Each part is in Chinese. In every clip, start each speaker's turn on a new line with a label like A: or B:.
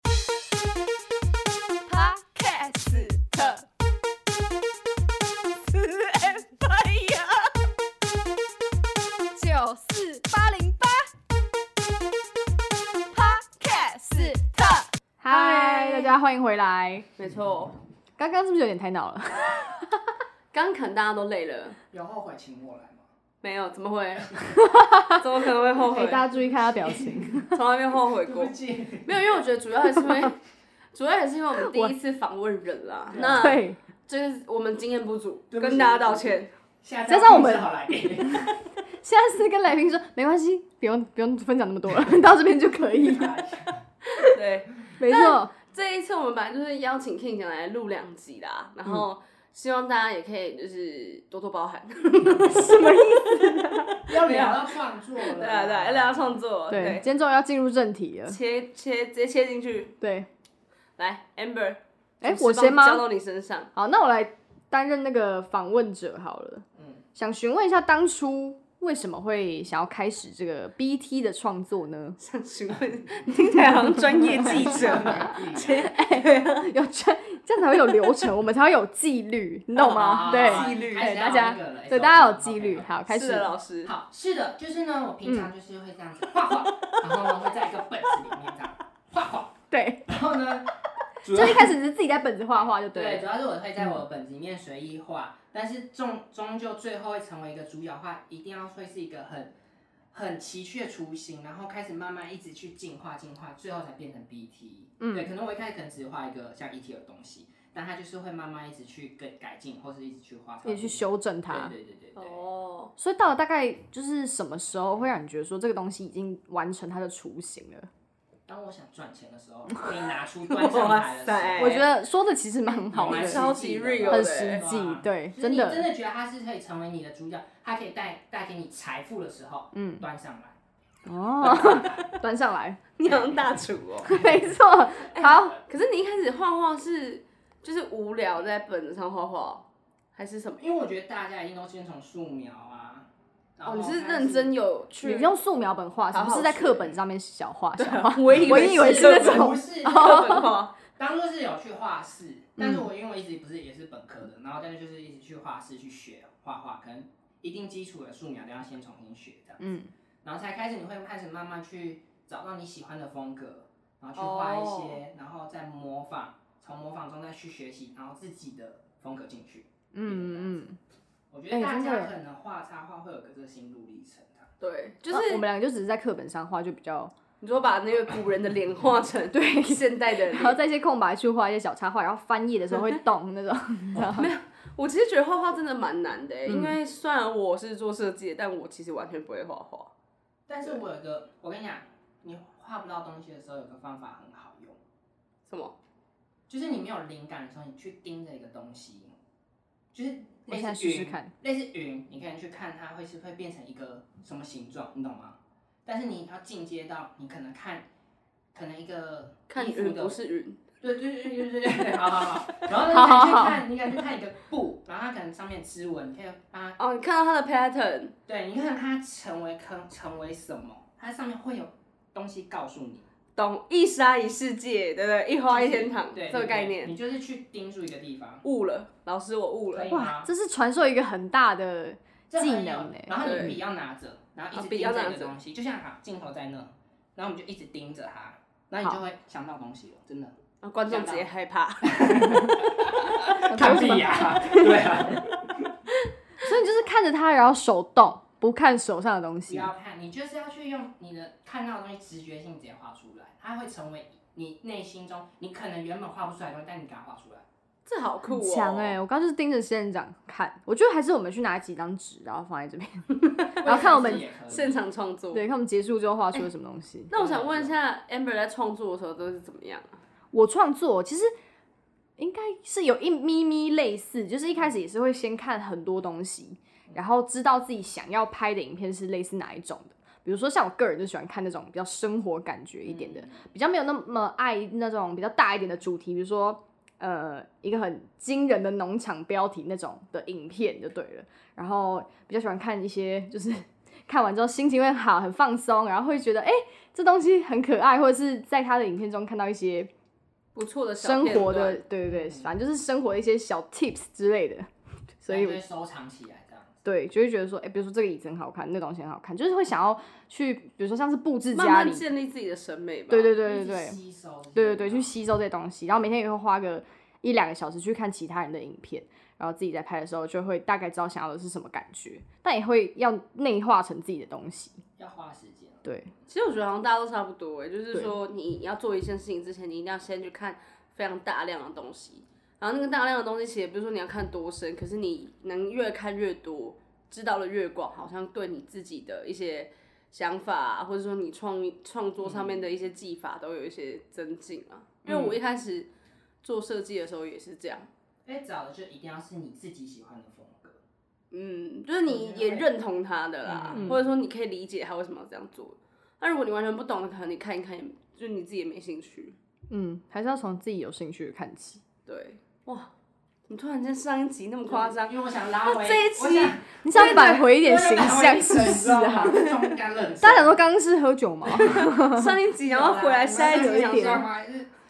A: 大家欢迎回来。
B: 没错，
A: 刚刚是不是有点太闹了？
B: 刚可能大家都累了，
C: 有后悔请我来吗？
B: 没有，怎么 会？怎么可能会后
A: 哎
B: 悔？
A: 大家注意看他表 情。
B: 从来没有后悔
C: 对
B: 过
C: 不。起，
B: 没有，因为我觉得主要还是因为， 主要还是因为我们第一次访问人 啦，那
A: 对，
B: 就是我们经验不足，
C: 对不起
B: 跟大家道歉。
C: 下次
A: 加上我们
C: 要控制好来给
A: 现在是跟来宾说没关系，不用不用分享那么多了， 到这边就可以。
B: 对，
A: 没错，
B: 这一次我们本来就是邀请 King 讲来录两集啦，然后希望大家也可以就是多多包涵。
C: 要聊到创作了，
B: 对啊， 对啊，要聊创作，
A: 对，
B: 对
A: 今，天终于要进入正题了。
B: 切切直接切进去，
A: 对，
B: 来，Amber，
A: 哎
B: 主持
A: 我
B: 棒
A: 先吗
B: 交到你身上。
A: 好，那我来担任那个访问者好了。
C: 嗯，
A: 想询问一下，当初为什么会想要开始这个 BT 的创作呢？
B: 想询问，你听起来好像专业 记者。
A: 哎有这这样才会有流程，我们才会有纪律，你懂
C: 啊
A: 吗？对，
B: 纪律
A: 对大家对
C: 对
A: 大家有纪律。好，开
B: 是
A: 始
B: 的，。老师，
C: 好，是的，就是呢，我平
B: 嗯
C: 常就是会这样子画画，然后呢会在一个本子里面这样画画，
A: 对，
C: 然后呢，主
A: 就一开始只是自己在本子画画就对
C: 对，
A: 了。
C: 主要是我会在我的本子里面随意画，但是终终究最后会成为一个主角画，一定要会是一个很很奇趣的雏形，然后开始慢慢一直去进化进化，最后才变成 BT。
A: 嗯
C: 对，可能我一开始可能只画一个像 ET 的东西，但它就是会慢慢一直去改改进，或是一直去画，
A: 也去修正它，
C: 对对对对对。
B: 哦，
A: 所以到了大概就是什么时候会让你觉得说这个东西已经完成它的雏形了？
C: 当我想赚钱的时候，可以拿出端上来的时
B: 哇塞
C: 候，
A: 我觉得说的其实蛮好
C: 蛮
A: 的，
C: 实
B: 超级
C: 际的
B: real
A: 很
B: 的
A: 实
B: 欸
A: 际，对，
C: 就是
A: 真
C: 你
A: 的
C: 真的觉得它是可以成为你的主角，它可以带带给你财富的时候，嗯，端上来。
A: 哦， 端上来，
B: 你好像大厨哦。
A: 没错，
C: 哎
A: 好，
B: 可是你一开始画画是就是无聊在本子上画画，还是什么？
C: 因为我觉得大家一定都先从素描啊，然
B: 哦，
C: 后
B: 你是
C: 开始
B: 认真有
A: 你
B: 去
A: 用素描本画，是
B: 好好
A: 不是在
B: 学
A: 课本上面小画小
C: 啊
A: 画？
B: 我以为
A: 我以为是
B: 是
A: 那种哦
C: 不是
B: 课本 画，
C: 当初是有去画室，但是
A: 嗯
C: 我因为我一直不是也是本科的，然后但是就是一直去画室去学画画，可能一定基础的素描都要先重新学这样，
A: 嗯，
C: 然后才开始你会开始慢慢去找到你喜欢的风格，然后去画一
A: 哦
C: 些，然后再模仿，从模仿中再去学习，然后自己的风格进去。
A: 嗯嗯，
C: 我觉
A: 哎
C: 得大
A: 真的
C: 家可能画插画会有个这个心路历程啊，
B: 对，就
A: 就是我
B: 是
A: 们两个就只是在课本上画，就比较，
B: 你说把那个古人的脸画成 对现代的
A: 然后
B: 脸。
A: 在一些空白去画一些小插画，然后翻页的时候会动那种。
B: 我其实觉得画画真的蛮难的欸，因为虽然我是做设计的，但我其实完全不会画画。
C: 但是我有个，我跟你讲，你画不到东西的时候，有个方法很好用，
B: 什么？
C: 就是你没有灵感的时候，你去盯着一个东西，就是
A: 我
C: 类
A: 现在
C: 似
A: 试试
C: 云，
A: 看，
C: 类似云，你可以去看它会是会变成一个什么形状，你懂吗？但是你要进阶到你可能看，可能一个
B: 看
C: 衣服
B: 云
C: 的
B: 不，是云，
C: 对对对对对对对，好好 好，然后呢，
A: 好
C: 你可以去
A: 好好
C: 看，你可以去看一个布，然后它可能上面织纹，你可以把它
B: 哦，你看到它的 pattern，
C: 对，你看它成为坑，成为什么？它上面会有东西告诉你，
B: 懂一沙一世界，对不对？一花一天堂
C: 对
B: 这个概念，
C: 你就是去盯住一个地方，
B: 悟了，老师我悟
C: 可
B: 了。
C: 以
A: 哇
C: 吗，？
A: 这是传授一个很大的，
C: 这很有
A: 技能欸
C: 然后
B: 对
C: 你笔要拿着，然后一
B: 啊
C: 直
B: 笔
C: 盯
B: 要
C: 着
B: 拿
C: 一
B: 着
C: 个东西，就像好镜头在那，然后我们就一直盯着它，然后你就会想到东西了，真的。
B: 啊观众直接害怕，
A: 看
C: 笔呀，对 啊，
A: 所以你就是看着它，然后手动，不看手上的东
C: 不
A: 西。
C: 要看，你就是要去用你的看到的东西直觉性直接画出来，它会成为你内心中你可能原本画不出来的东西，但你给它画出来。
B: 这好酷哦！
A: 强哎、我刚刚就是盯着仙人掌看，我觉得还是我们去拿几张纸，然后放在这边， 然后看我们
C: 卫生纸也可以
B: 现场创作。
A: 对，看我们结束之后画出了什么东西。
B: 那我想问一下，Amber 在创作的时候都是怎么样啊？
A: 我创作其实应该是有一咪咪类似，就是一开始也是会先看很多东西，然后知道自己想要拍的影片是类似哪一种的。比如说像我个人就喜欢看那种比较生活感觉一点的，比较没有那么爱那种比较大一点的主题，比如说呃一个很惊人的农场标题那种的影片就对了。然后比较喜欢看一些就是 看完之后心情会好，很放松，然后会觉得哎、诶这东西很可爱，或者是在他的影片中看到一些
B: 不错的小
A: 生活
B: 片
A: 的，
B: 段
A: 对对对，
C: 嗯
A: 反正就是生活的一些小 tips 之类的。所以
C: 那就会收藏起来这样子。
A: 对，就会觉得说，哎、比如说这个椅子很好看，那东西很好看，就是会想要去，比如说像是布置
B: 慢
A: 家里，
B: 慢建立自己的审美吧。
A: 对对对对对
C: 一直，吸收这些，
A: 对对对，去吸收这些东西，然后每天也会花个一两个小时去看其他人的影片，然后自己在拍的时候就会大概知道想要的是什么感觉，但也会要内化成自己的东西。
C: 要花时间。
A: 对，
B: 其实我觉得好像大家都差不多哎，就是
A: 对
B: 说你要做一件事情之前，你一定要先去看非常大量的东西，然后那个大量的东西，其实也不是说你要看多深，可是你能越看越多，知道的越广，好像对你自己的一些想法、啊，或者说你创创作上面的一些技法都有一些增进啊。因
A: 嗯
B: 为我一开始做设计的时候也是这样，
C: 因为找的就一定要是你自己喜欢的风格，
B: 嗯，就是你也认同他的啦，
A: 嗯
B: 或者说你可以理解他为什么要这样做。那如果你完全不懂的，可能你看一看也，就是你自己也没兴趣。
A: 嗯，还是要从自己有兴趣的看起。
B: 对，哇，你突然间上一集那么夸张，
C: 因为我想 拉回
B: 这一集
C: 我想
A: 你想摆回一点形象是不是啊？
C: 中干冷
A: 大家想说刚刚是喝酒吗？
B: 上一集然后回来下一集想
A: 有
B: 说，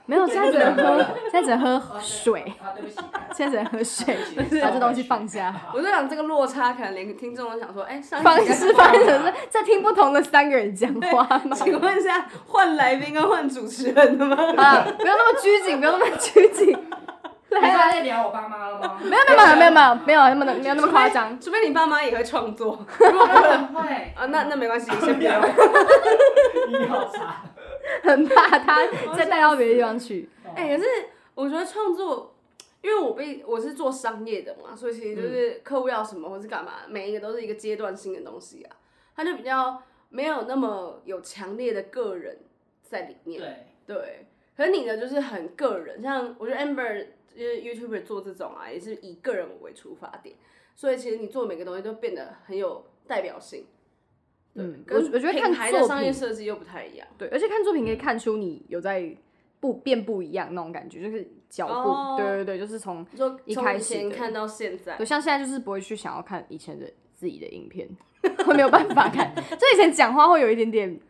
A: 没有，现在只能喝，现在只能喝水，
C: 啊，对不起，
A: 现在只能喝水，
C: 对不起
A: 把这东西放下。
B: 我在想这个落差，可能连听众都想说，哎、上
A: 放
B: 一集
A: 是放着，在听不同的三个人讲话吗？
B: 请问一下，换来宾跟换主持人的吗？
A: 好了，啊不要那么拘谨，不要那么拘谨。
C: 你是在聊我爸妈了吗？
A: 没有那么没有没有没有那么的没有那么夸张，
B: 除非你爸妈也会创作
C: 不会，
B: 啊，那那没关系，先不要。
C: 你好差，
A: 很怕他再带到别的地方去。
B: 哎、可是我觉得创作，因为我被我是做商业的嘛，所以其实就是客户要什么或是干嘛，每一个都是一个阶段性的东西啊，它就比较没有那么有强烈的个人在里面。
C: 对，
B: 对，可是你的就是很个人，像我觉得 Amber 就是 YouTuber 做这种啊，也是以个人为出发点，所以其实你做每个东西都变得很有代表性。对
A: 嗯，我
B: 跟
A: 我觉得看
B: 品牌的
A: 作
B: 商业
A: 品，
B: 设计又不太一样。
A: 对，而且看作品可以看出你有在不变不一样那种感觉，就是脚
B: 哦
A: 步，对对对，就是从
B: 你说
A: 一
B: 从
A: 开
B: 以
A: 始
B: 前
A: 的
B: 看到现在，
A: 对，像现在就是不会去想要看以前的自己的影片， 会没有办法 看，就以前讲话会有一点点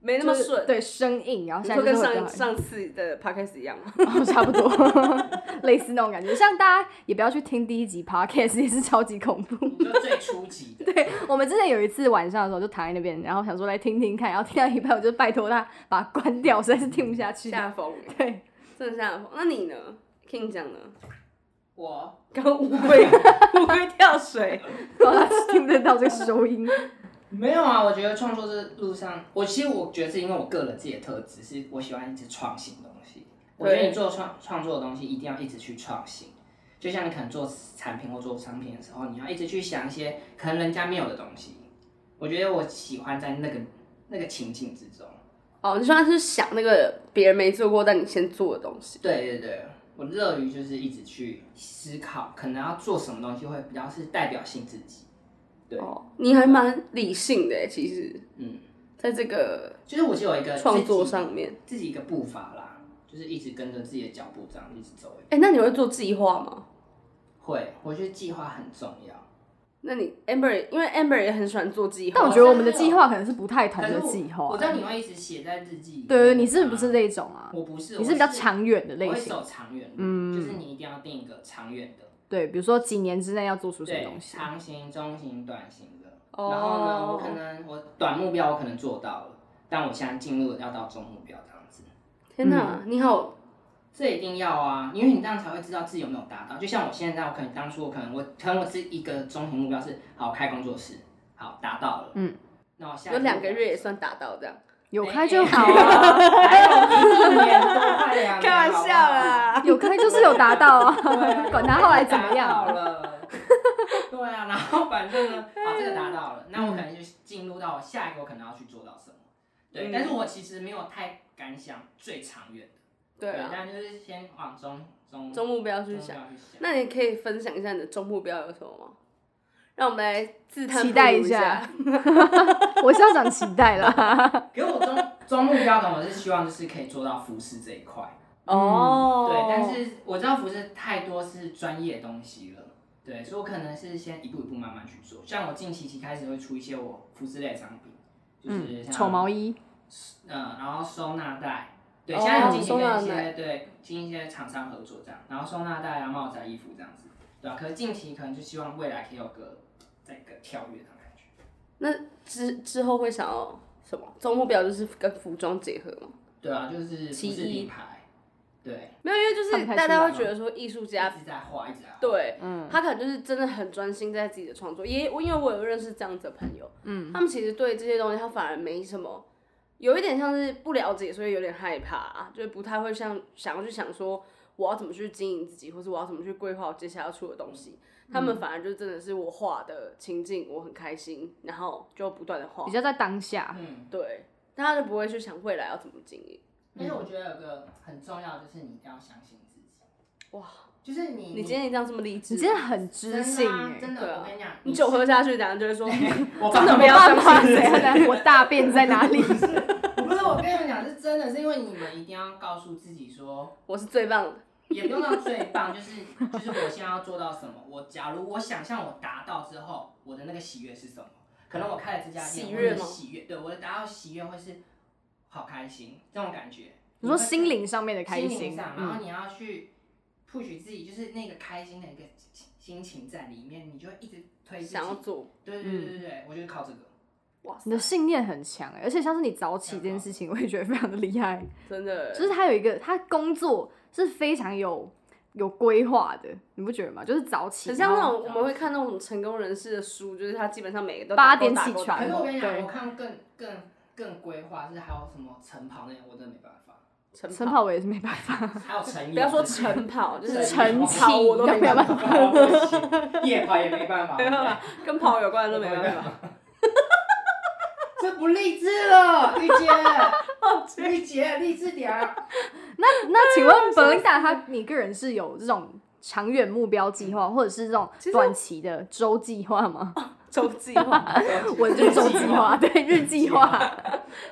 B: 没那么
A: 就是
B: 顺。
A: 对生硬，然后
B: 你
A: 现
B: 说
A: 在
B: 跟
A: 就是会比较
B: 上
A: 好
B: 上次的 podcast 一样吗？
A: 哦，差不多， 类似那种感觉。像大家也不要去听第一集 podcast，也是 超级恐怖。
C: 你就最初级的，
A: 对我们之前有一次晚上的时候，就躺在那边，然后想说来听听看，然后听到一半，我就拜托他把它关掉，实在是听不下去。
B: 下风，
A: 对，
B: 真的下风。那你呢？King 讲呢？
C: 我
B: 刚刚乌龟乌龟 跳水，
A: 不知道他听不听得到这个收音。
C: 没有啊，我觉得创作这路上，我其实我觉得是因为我个人自己的特质，是我喜欢一直创新东西。我觉得你做创创作的东西，一定要一直去创新。就像你可能做产品或做商品的时候，你要一直去想一些可能人家没有的东西。我觉得我喜欢在那个那个情境之中。
B: 哦，你说他是想那个别人没做过但你先做的东西。
C: 对对对，我乐于就是一直去思考，可能要做什么东西会比较是代表性自己。对，
B: 哦，你还蛮理性的耶欸其实，
C: 嗯，
B: 在这个
C: 就是我是有一个
B: 创作
C: 自己
B: 上面。
C: 自己一个步伐啦，就是一直跟着自己的脚步这样一直走。
B: 哎、那你会做计划吗？
C: 会，我觉得计划很重要。
B: 那你 Amber，因为 Amber 也很喜欢做计划，
A: 但我觉得我们的计划可能是不太同
C: 可是
A: 的
C: 我
A: 计
C: 我
A: 划
C: 知。道你会一直写在日记里面。
A: 对对，你是不是？这种啊？
C: 我不是，
A: 你
C: 我
A: 是比较长远的类
C: 我会
A: 型。
C: 走长远路，
A: 嗯
C: 就是你一定要定一个长远的，
A: 对，比如说几年之内要做出什么
C: 对
A: 东，西。
C: 长型、中型、短型的。
B: 哦
C: 然后呢，我可能我短目标我可能做到了，但我现在进入要到中目标这样子，
B: 天
A: 嗯
B: 哪，你好，
C: 这一定要啊，因为你这样才会知道自己有没有达到。就像我现在，我可能当初我可能我可能我是一个中型目标是好开工作室，好达到了，
A: 嗯，
C: 那我下一
B: 有
C: 个
B: 两
C: 目
B: 个
C: 标
B: 月也算达到这样，
A: 有
C: 没
A: 开就好啊，
C: 啊，还有一年多快两年，
B: 开玩笑
C: 哎
B: 啦。
A: 有开就是有达到啊，
C: 好不好，对
A: 管他后来怎么样
C: 达到了。对啊，然后反正呢，把这个达到了，那我可能就进入到我下一个，我可能要去做到什么。对，
B: 嗯
C: 但是我其实没有太敢想最长远的，
B: 对啊，
C: 但就是先往中中
B: 中目标
C: 中
B: 去
C: 目
B: 想。
C: 标去想。
B: 那你可以分享一下你的中目标有什么吗？让我们来自探
A: 期待
B: 不
A: 一
B: 如一
A: 下。我是要讲期待啦。
C: 给我中中目标呢，我是希望就是可以做到服饰这一块。
A: 嗯
B: 哦、
C: 对，但是我知道服饰太多是专业的东西了，对，所以我可能是先一步一步慢慢去做。像我近期期开始会出一些我服饰类的商品，
B: 嗯
C: 就是
A: 嗯
C: 像
A: 丑毛衣，
C: 嗯，然后收纳袋，对，
B: 哦
C: 现在有进行
B: 收纳
C: 跟一
B: 袋
C: 些对进行一些厂商合啊作这样，然后收纳袋啊、帽子啊、衣服这样子，对吧、可是近期可能就希望未来可以有个在一个跳跃的感觉。
B: 那之之后会想要什么？总目标就是跟服装结合吗？
C: 对啊，就是不
B: 其
C: 是
B: 一
C: 品牌，对，
B: 没有，因为就
A: 看不
B: 是
A: 太
B: 大
A: 出
B: 家
A: 来
B: 会觉得说艺术
C: 一
B: 家
C: 直在画，一直在画。
B: 啊对，
A: 嗯
B: 他可能就是真的很专心在自己的创作，也我因为我有认识这样子的朋友，
A: 嗯，
B: 他们其实对这些东西他反而没什么，有一点像是不了解，所以有点害怕、啊，就是不太会像想要去想说我要怎么去经营自己，或是我要怎么去规划我接下来要出的东西。
A: 嗯
B: 他们反而就真的是我画的情境，我很开心，然后就不断的画
A: 比，较在当下，
C: 嗯，
B: 对，但他就不会去想未来要怎么经营。
C: 而
B: 嗯
C: 且我觉得有个很重要，就是你一定要相信自己。
B: 哇，
C: 就是你
B: 你今天一定要这么励
A: 嗯
B: 志
A: 你
B: 吗，
A: 真的很知性
C: 真的啊
A: 哎、
C: 真
B: 对啊
C: 的，我跟你讲，
B: 你酒喝下去，等下就 会说
C: 我
B: 真的
A: 欸
B: 不
A: 没
B: 要
A: 办
B: 相
A: 法，
B: 信
A: 谁要来？我大便在哪 里？
C: 不是我跟你们讲，是真的，是因为你们一定要告诉自己说，
B: 我是最棒的。
C: 也不用到最棒，就是就是我现在要做到什么。我假如我想象我达到之后，我的那个喜悦是什么？可能我开了这家店，
B: 喜悦吗
C: 我的喜悦，对我的达到喜悦会是好开心这种感觉。
A: 你说心灵上面的开
C: 心
A: 心，
C: 上，然
A: 嗯，
C: 后你要去 push 自己，就是那个开心的一个心情在里面，你就会一直推自己
B: 想要。嗯做。
C: 对对对对对，我就是靠这个。
B: 哇塞
A: 你的，信念很强、欸，而且像是你早起这件事
C: 嗯
A: 情，我也觉得非常的厉害。
B: 真的
A: 就是他有一个，他工作是非常有有规划的，你不觉得吗？就是早起，
B: 很像
A: 然
B: 那
A: 后
B: 种我们会看那种成功人士的书，就是他基本上每个都
A: 八
B: 打勾
A: 点
B: 打
A: 起
B: 勾
A: 床
B: 打
C: 可
B: 勾
C: 是我跟你
A: 对
C: 讲，我看更更更规划是还有什么晨跑那些，我真的没办 法。
B: 晨
A: 晨跑我也是没办法，
C: 还有晨泳，
B: 不要说晨跑，就是
A: 晨
C: 起
B: 跑我都没办法，
C: 跑我不行 夜跑也没办法，
B: 没办法，跟跑有关的都没 办法。
C: 法。这不励志了，玉 姐，玉姐励志点儿。
A: 那请问 b e l 他你个人是有这种长远目标计划，或者是这种
B: 其实我
A: 短期的周计划 吗？
B: 周计划，
A: 我就是周计 划，对，哦日计划。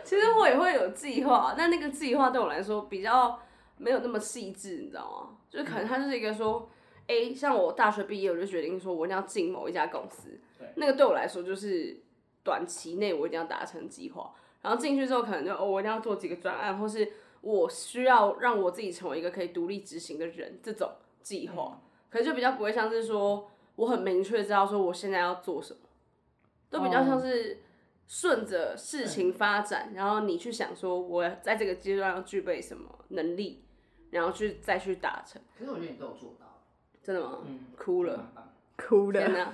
B: 其实我也会有计划，但那个计划对我来说比较没有那么细致，你知道吗？就是可能它就是一个说，哎，像我大学毕业，我就决定说我一定要进某一家公司
C: 对，
B: 那个对我来说就是短期内我一定要达成计划。然后进去之后，可能就哦，我一定要做几个专案，或是我需要让我自己成为一个可以独立执行的人，这种计
C: 嗯
B: 划，可是就比较不会像是说我很明确知道说我现在要做什么，都
A: 哦
B: 比较像是顺着事情发展，然后你去想说我在这个阶段要具备什么能力，然后去再去达成，
C: 可是我觉得你都有做到，
B: 真的吗？
C: 嗯，
B: 哭了，
C: 蛮棒。
A: 哭
B: 天
A: 了，
B: 哪！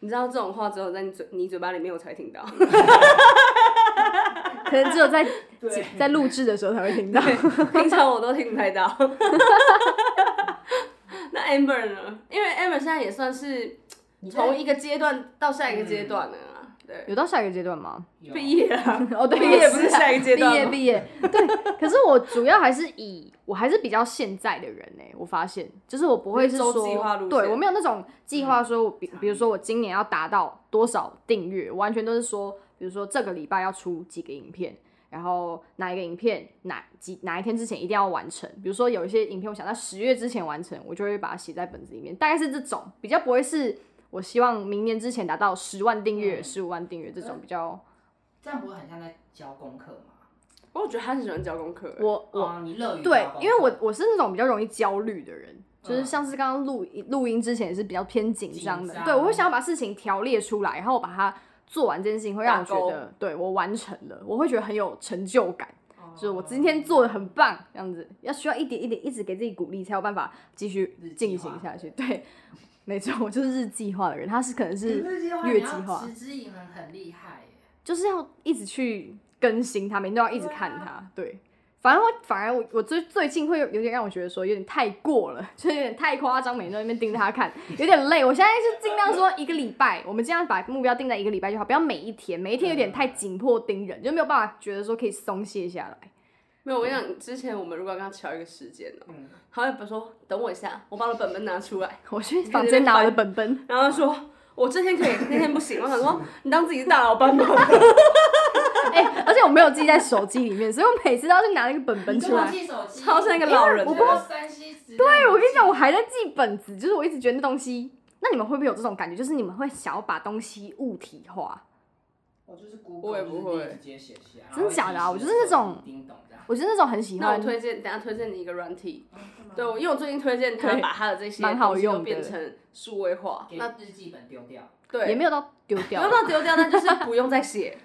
B: 你知道这种话只有在你嘴你嘴巴里面我才听到，
A: 可能只有在
C: 对
A: 在录制的时候才会听到。
B: 平常我都听不太到。 那 Amber 呢？因为 Amber 现在也算是从一个阶段到下一个
A: 嗯
B: 阶段了啊，对，
A: 有到下一个阶段吗？
C: 有啊
B: 毕业 了，
A: 哦，对，
B: 毕业
A: 也
B: 不是下一个阶段
A: 毕业
B: 吗
A: 毕业，对。可是我主要还是以我还是比较现在的人呢、我发现就是我不会是
B: 你是走计划
A: 说，
B: 路线嗯
A: 对我没有那种计划说我，比比如说我今年要达到多少订阅，完全都是说，比如说这个礼拜要出几个影片。然后哪一个影片哪几哪一天之前一定要完成，比如说有一些影片我想在十月之前完成，我就会把它写在本子里面，大概是这种比较不会是我希望明年之前达到十万订阅、
C: 嗯
A: 十五、万订阅这种比较
C: 这样不会很像在教功课吗？
B: 我觉得他很喜欢教功课欸，
A: 我我
C: 哦，你乐于
A: 对
C: 教功，课
A: 因为我我是那种比较容易焦虑的人，就是
C: 嗯
A: 像是刚刚录录音之前也是比较偏紧张的
C: 紧，张
A: 对我会想要把事情条列出来，然后我把它做完这件事情，会让我
B: 打勾
A: 觉得对我完成了，我会觉得很有成就感，
C: 哦
A: 就是我今天做的很棒，这样子要需要一点一点一直给自己鼓励，才有办法继续
C: 日计
A: 进
C: 划
A: 行下去。对，没错，我就是日计划的人，他是可能
C: 可
A: 是
C: 是计划
A: 月
C: 你
A: 计划
C: 要持之以恒，很厉害耶。
A: 就是要一直去更新它，每天都要一直看
C: 对
A: 它。对，反而我反而我我最最近会有有点让我觉得说有点太过了， 就是有点太夸张，每天都在那边盯着它看，有点累。我现在是尽量说一个礼拜，我们尽量把目标定在一个礼拜就好，不要每一天，每一天有点太紧迫盯人，就没有办法觉得说可以松懈下来。
B: 没有，我跟你讲，之前我们如果跟他敲一个时间呢，
C: 嗯，
B: 他会不说等我一下，我把我的本本拿 出来，
A: 我去房间拿我的本本，
B: 然后他说我这天可以，那天不行。我想说你当自己是大老 板吗？
A: 哎、而且我没有记在手机里面，所以我每次都要去拿那个本本
C: 你都
A: 出来
C: 忘。记手机，
B: 超像一个老人
C: 我
B: 的
C: 过山西时代
A: 对，我跟你讲，我还在记本子，就是我一直觉得那东西。那你们会不会有这种感觉？就是你们会想要把东西物体化？
C: 我哦就是
B: 我
C: Google，
B: 也
C: 就
B: 不
C: 是
B: 会
C: 第一直接写下，然后
A: 真的假的啊
C: 会
A: 我
C: 提
A: 就是
C: 示
A: 那种
C: 叮咚这样。
A: 我觉得那种很喜
B: 那我
A: 欢，
B: 推荐，等一下推荐你一个软体，对，
C: 对吗，
B: 因为我最近推荐他
A: 对
B: 把他的这些
A: 蛮好
B: 东西都
A: 用的
B: 变成数位化，
C: 给
B: 那
C: 日记本丢掉。
B: 对
A: 也没有到丢
B: 不
A: 掉啊
B: 用，到丢掉，但就是不用 再写。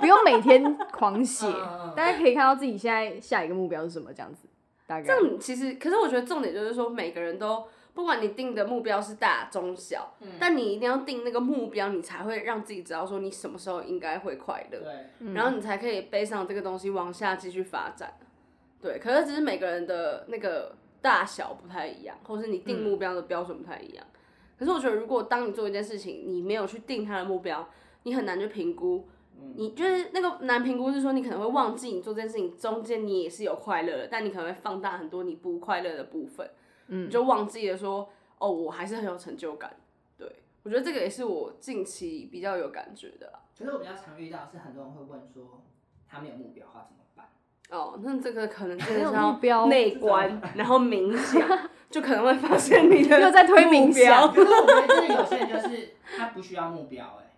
A: 不用每天狂写
C: 嗯嗯嗯，
A: 大家可以看到自己现在下一个目标是什么，这样子，大概
B: 这样其实，可是我觉得重点就是说，每个人都不管你定的目标是大、中、小，
A: 嗯
C: 嗯
B: 但你一定要定那个目标，你才会让自己知道说你什么时候应该会快乐，
C: 对，
B: 然后你才可以背上这个东西往下继续发展。对，可是只是每个人的那个大小不太一样，或是你定目标的标准不太一样。可是我觉得，如果当你做一件事情，你没有去定它的目标，你很难去评估。你就是那个难评估，是说你可能会忘记你做这件事情中间你也是有快乐的，但你可能会放大很多你不快乐的部分，嗯，你就忘记了说哦，我还是很有成就感。对我觉得这个也是我近期比较有感觉的啦。
C: 可是我比较常遇到的是很多人会问说，他没有目标的话怎么 办？
B: 哦，那这个可能真
A: 没
B: 的
A: 有
B: 是
A: 目
B: 要
A: 标
B: 内观，然后冥想，就可能会发现你 的
A: 又在推冥
B: 目标
A: 想
C: 可是我觉得真的有些人就是他不需要目标，哎，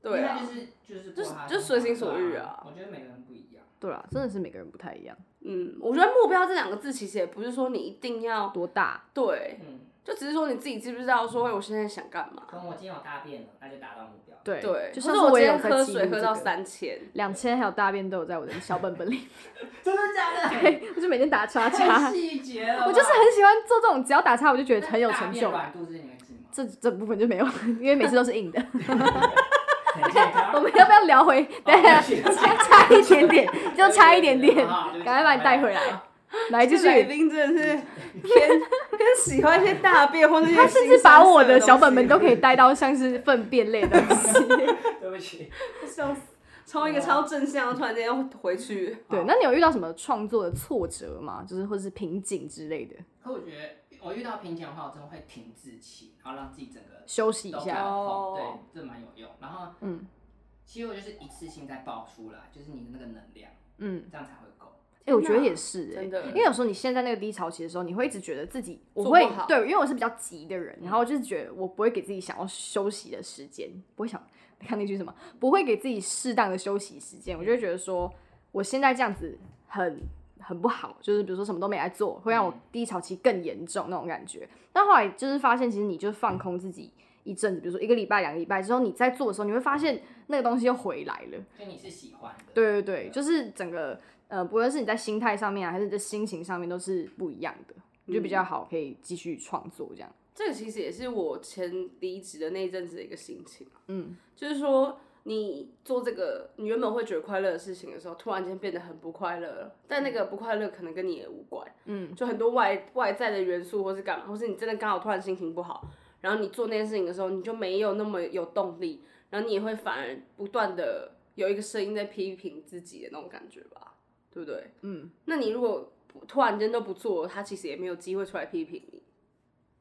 B: 对啊
C: 因为他，就是就是
B: 就是
C: 过他的
B: 就
C: 生活
B: 随心所欲
C: 对
B: 啊
C: 我觉得每个人不一样，
A: 对啦，真的是每个人不太一样，
B: 嗯，我觉得目标这两个字其实也不是说你一定要
A: 多大？
B: 对，
C: 嗯，
B: 就只是说你自己知不知道说，哎，我现在想干嘛？
C: 可能我今天有大便了，那就达到目 标。
A: 对
B: 对，
A: 就
B: 或
A: 像
B: 者
A: 是
B: 我今
A: 也
B: 天
A: 有在
B: 喝
A: 记
B: 水
A: 录
B: 喝
A: 这
B: 到
A: 个
B: 三千，
A: 两千还有大便都有在我的小本本里，
C: 真的假 的？
A: 我就每天打叉叉
C: 太。细节了吧。
A: 我就是很喜欢做这种，只要打叉我就觉得很有成就
C: 那大
A: 感。
C: 便软肚子你会记吗？
A: 这这部分就没有， 因为每次都是硬的。
C: 等一下
A: 我们要不要聊回？等一下， 差一点点，就差一点 点，
C: 哦
A: 赶快把你带回。来。来，继
B: 这来
A: 续。
B: 宾真的是 偏偏喜欢一些大便或那些，
A: 他甚至把我的小本本都可以带到像是粪便类的东西。
C: 对不起，
B: 笑死，从
A: 啊
B: 一个超正向，突然间又回去。
A: 对，那你有遇到什么创作的挫折吗？就是或者是瓶颈之类的，
C: 可我觉得我遇到瓶颈的话，我真的会停滞期，然后让自己整 个
A: 休息一
C: 都
A: 下。
C: 放空
B: 哦
C: 对，这蛮有用。然后
A: 嗯
C: 其实我就是一次性再爆出来，就是你的那个能量，
A: 嗯，
C: 这样才会够。
A: 哎，我觉得也是，哎
B: 真，的
A: 因为有时候你陷在那个低潮期的时候，你会一直觉得自己，我
B: 做
A: 会
B: 不好嗯
A: 对，因为我是比较急的人，然后就是觉得我不会给自己想要休息的时间，不会想看那句什么，不会给自己适当的休息时间，我就会觉得说我现在这样子很很不好，就是比如说什么都没来做，会让我
B: 嗯
A: 低潮期更严重那种感觉。但后来就是发现，其实你就放空自己一阵子，比如说一个礼拜、两个礼拜之后，你在做的时候，你会发现那个东西又回来了。
C: 所以你是喜欢的，
A: 对对对，就是整个呃，不论是你在心态上面啊，还是你的心情上面，都是不一样的，你就比较好，可以继续创作这样。
B: 这个其实也是我前离职的那一阵子的一个心情啊
A: 嗯，
B: 就是说你做这个你原本会觉得快乐的事情的时候，突然间变得很不快乐了，但那个不快乐可能跟你也无关，嗯，就很多外外在的元素或是干嘛，或是你真的刚好突然心情不好，然后你做那件事情的时候，你就没有那么有动力，然后你也会反而不断的有一个声音在批评自己的那种感觉吧，对不对？嗯，那你如果不突然间都不做，他其实也没有机会出来批评你。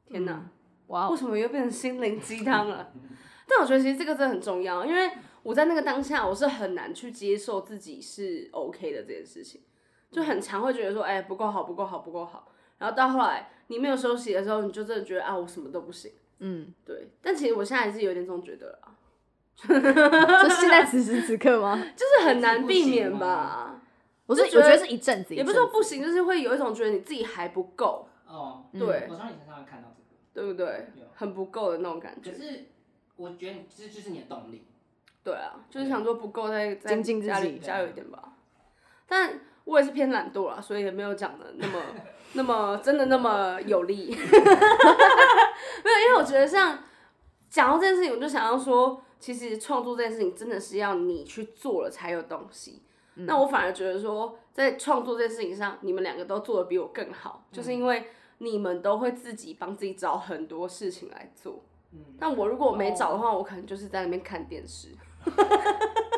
B: 天哪！
A: 哇 哦，
B: 为什么又变成心灵鸡汤了？ 但我觉得其实这个真的很重要，因为我在那个当下，我是很难去接受自己是 OK 的这件事情，就很常会觉得说，哎、不够好，不够好，不够好。然后到后来，你没有休息的时候，你就真的觉得啊，我什么都不行。
A: 嗯，
B: 对，但其实我现在还是有点这种觉得啊了，
A: 就现在此时此刻吗？
B: 就是很难避免吧。
A: 我是
B: 就觉
A: 我
B: 得
A: 觉得是一阵子，
B: 也不
A: 一
B: 是
A: 阵
B: 说
A: 子
B: 不，行，就是会有一种觉得你自己还不够，
C: 哦，
B: 对
C: 我从你身上会看到这
B: 对不对
C: 有？
B: 很不够的那种感
C: 个，
B: 觉
C: 可。是我觉得你这就是你的动力，
B: 对啊，就是想说不够再再
A: 嗯精进自己
B: 加油
C: 对啊
B: 加油一点吧。但我也是偏懒惰啦，所以也没有讲的那么那么真的那么有力。 没有，因为我觉得像讲到这件事情，我就想要说，其实创作这件事情真的是要你去做了才有东西。
A: 嗯
B: 那我反而觉得说，在创作这件事情上，你们两个都做的比我更好，就是
A: 嗯
B: 因为你们都会自己帮自己找很多事情来做。
C: 嗯，
B: 那我如果
A: 哦
B: 没找的话，我可能就是在那边看电视。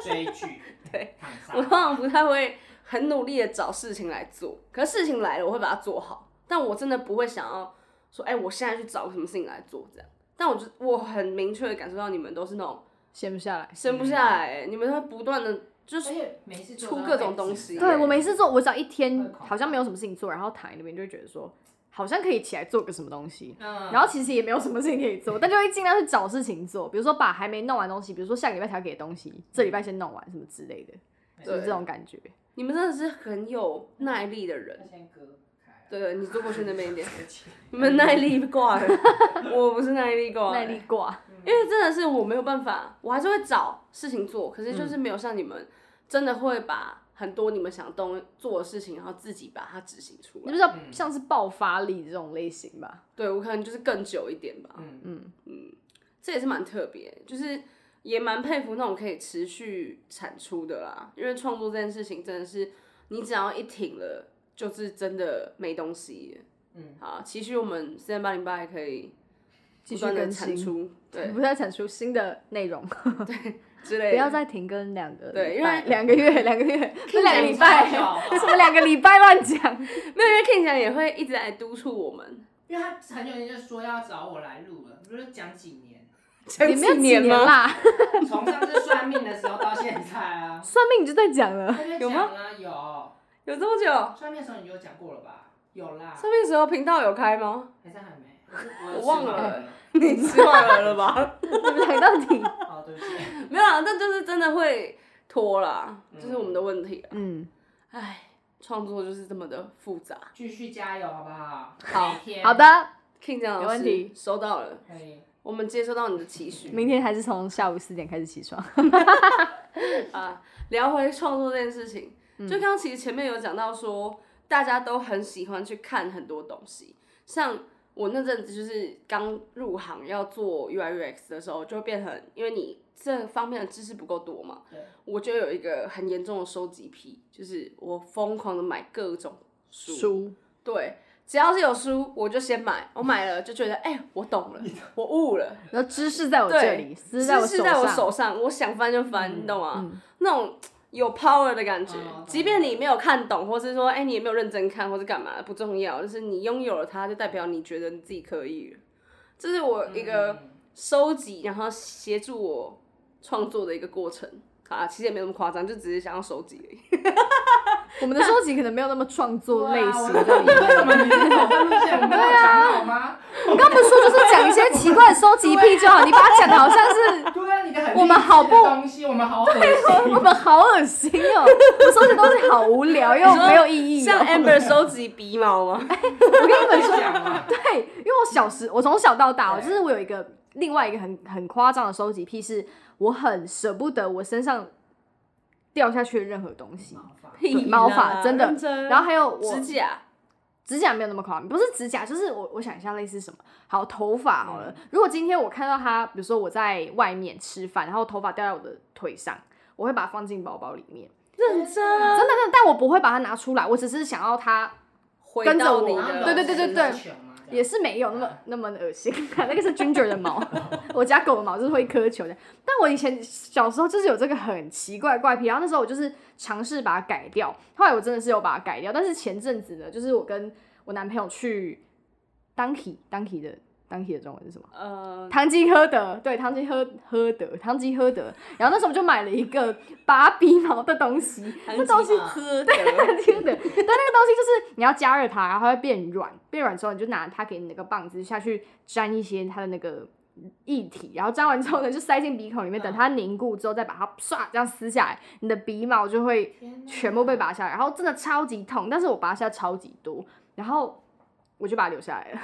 C: 追剧，
B: 对，
C: 躺
B: 我
C: 上
B: 通，常不太会很努力的找事情来做，可是事情来了，我会把它做好，但我真的不会想要说，哎、我现在去找什么事情来做这样。但我就我很明确的感受到，你们都是那种
A: 闲不下来。
B: 欸生不下来、你们会不断的就是
C: 而且没事做
B: 出
C: 都要
B: 各种
C: 看
B: 东
C: 纸
B: 西
C: 张
A: 对我每次做，我只要一
C: 会
A: 天
C: 恐
A: 好像没有什么事情做，然后躺在那边就会觉得说，好像可以起来做个什么东西。
C: 嗯，
A: 然后其实也没有什么事情可以做，但就会尽量去找事情做，比如说把还没弄完的东西，比如说下个礼拜才给的东西，这礼拜先弄完什么之类的，就
B: 对
A: 是这种感觉。
B: 你们真的是很有耐力的人
C: 要。先割开，啊
B: 对，你坐过去那边 一点，
C: 而且
B: 你们耐力挂了，我不是耐力挂，
A: 耐力，挂，
B: 因为真的是我没有办法，我还是会找事情做，可
C: 嗯
B: 是就是没有像你们真的会把很多你们想动做的事情，然后自己把它执行出
A: 你不
B: 来。
A: 知道像是爆发力这种类型吧？
B: 对我可能就是更久一点吧，
C: 嗯
B: 这也是蛮特别，就是也蛮佩服那种可以持续产出的啦。因为创作这件事情真的是，你只要一停了，就是真的没东西了。
C: 嗯，
B: 好，期许我们四千八零八也可以
A: 继续
B: 不断地
A: 更
B: 产
A: 新，
B: 出，对
A: 不再产出新的内容，
B: 之
A: 不
B: 类
A: 要
B: 的。
A: 再停更两个礼
B: 对因
A: 拜
B: 为
A: 两个月，两个月，不是两个礼拜，
C: 超 久
A: 什么两个礼拜乱 讲？
B: 没有，因为 King 讲也会一直来督促我 们。
C: 因为他很久以前就说要找我来录了，不是讲几年，
A: 你没有几年
B: 吗？
A: 啦？，
C: 从上次算命的时候到现在啊
A: 算命你就在讲 了，
C: 他就
B: 有
C: 讲
B: 吗
C: 啊有，
B: 有这么久？
C: 算命的时候你就讲过了吧？有啦，
B: 上面时候频道有 开吗？
C: 还是还没，我
B: 我忘了。你吃完了了吧？
A: 你们讲到 底，
C: 哦，对不起。
B: 没有啦，但就是真的会拖啦，这、是
C: 嗯
B: 我们的问题。啊
A: 嗯，
B: 唉，创作就是这么的复杂。
C: 继续加油，好不好？
B: 好
C: 每天
A: 好，的，
B: King 讲
A: 没问题，
B: 收到了，
C: 可以。
B: 我们接收到你的期许
A: 明天还是从下午四点开始起床，
B: 啊。聊回创作这件事情，就刚刚其实前面有讲到说，大家都很喜欢去看很多东西，像。我那阵子就是刚入行要做 UI UX 的时候，就会变成因为你这方面的知识不够多嘛，
C: 对，
B: 我就有一个很严重的收集癖，就是我疯狂的买各种书，
A: 书
B: 对，只要是有书，我就先买。我买了就觉得，哎、我懂了，我悟了，
A: 然后知识在我这里，
B: 知
A: 私在我
B: 识
A: 手
B: 在我
A: 上，
B: 手上，我想翻就翻，你懂吗？
A: 嗯
B: 那种有 power 的感觉
C: 嗯，
B: 即便你没有看懂，或是说，哎、你也没有认真看，或是干嘛，不重要，就是你拥有了它，就代表你觉得你自己可以了。这是我一
A: 嗯
B: 个
C: 啊
B: 收集，然后协助我创作的一个过程。啊，其实也没那么夸张，就只是想要收集而已。
A: 我们的收集可能没有那么创作类型
C: 对啊
A: 的。
C: 我为什么你们走这路线？我们有讲好吗？
A: 我刚不是说就是讲一些奇怪的收 集癖就好，你把它讲的好像是
C: 对啊，你的很
A: 我们好
C: 励
A: 不
C: 志的东西，我们好恶 心。
A: 我们好恶心哦！我收集东西好无 聊又没有意义、
B: 像
A: 哦。哎
B: Amber 收集鼻毛 吗？
A: 我跟你 们说，
C: 讲嘛，
A: 对，因为我小时我从小到大哦，
C: 对
A: 就是我有一个另外一个很很夸张的收集癖，是我很舍不得我身上掉下去的任何东西，
C: 好吧
A: 对毛发真的
B: 认真
A: 然后还有我
B: 指甲，
A: 指甲没有那么夸张，不是指甲，就是我我想一下类似什么，好头发好
B: 嗯
A: 了。如果今天我看到它，比如说我在外面吃饭，然后头发掉在我的腿上，我会把它放进包包里面，
B: 认真
A: 真的，真的但我不会把它拿出来，我只是想要它
B: 回
A: 跟着
B: 到
A: 我
B: 你
A: 然
B: 的
A: 后对对对对对
C: 是熊嘛这
A: 也
C: 样嗯
A: 是没有那么那么恶心， 那个是 Ginger 的毛， 我家狗的毛就是会苛求的。但我以前小时候就是有这个很奇怪的怪癖，然后那时候我就是尝试把它改掉，后来我真的是有把它改掉。但是前阵子呢，就是我跟我男朋友去 Donkey Donkey 的 Donkey 的中文是什么？
B: 呃，
A: 唐吉诃德，对，唐吉诃诃德，唐吉诃德。然后那时候我就买了一个拔鼻毛的东 西，
B: 那
A: 东
C: 西
B: 喝的，
A: 真的，但那个东西就是你要加热它，然后它会变软，变软之后你就拿它给你那个棒子下去沾一些它的那个液体，然后沾完之后呢，就塞进鼻孔里面，等
B: 嗯
A: 它凝固之后再把它唰这样撕下来，你的鼻毛就会
C: 天哪
A: 全部被拔下来，然后真的超级痛，但是我拔下超级多，然后我就把它留下来了，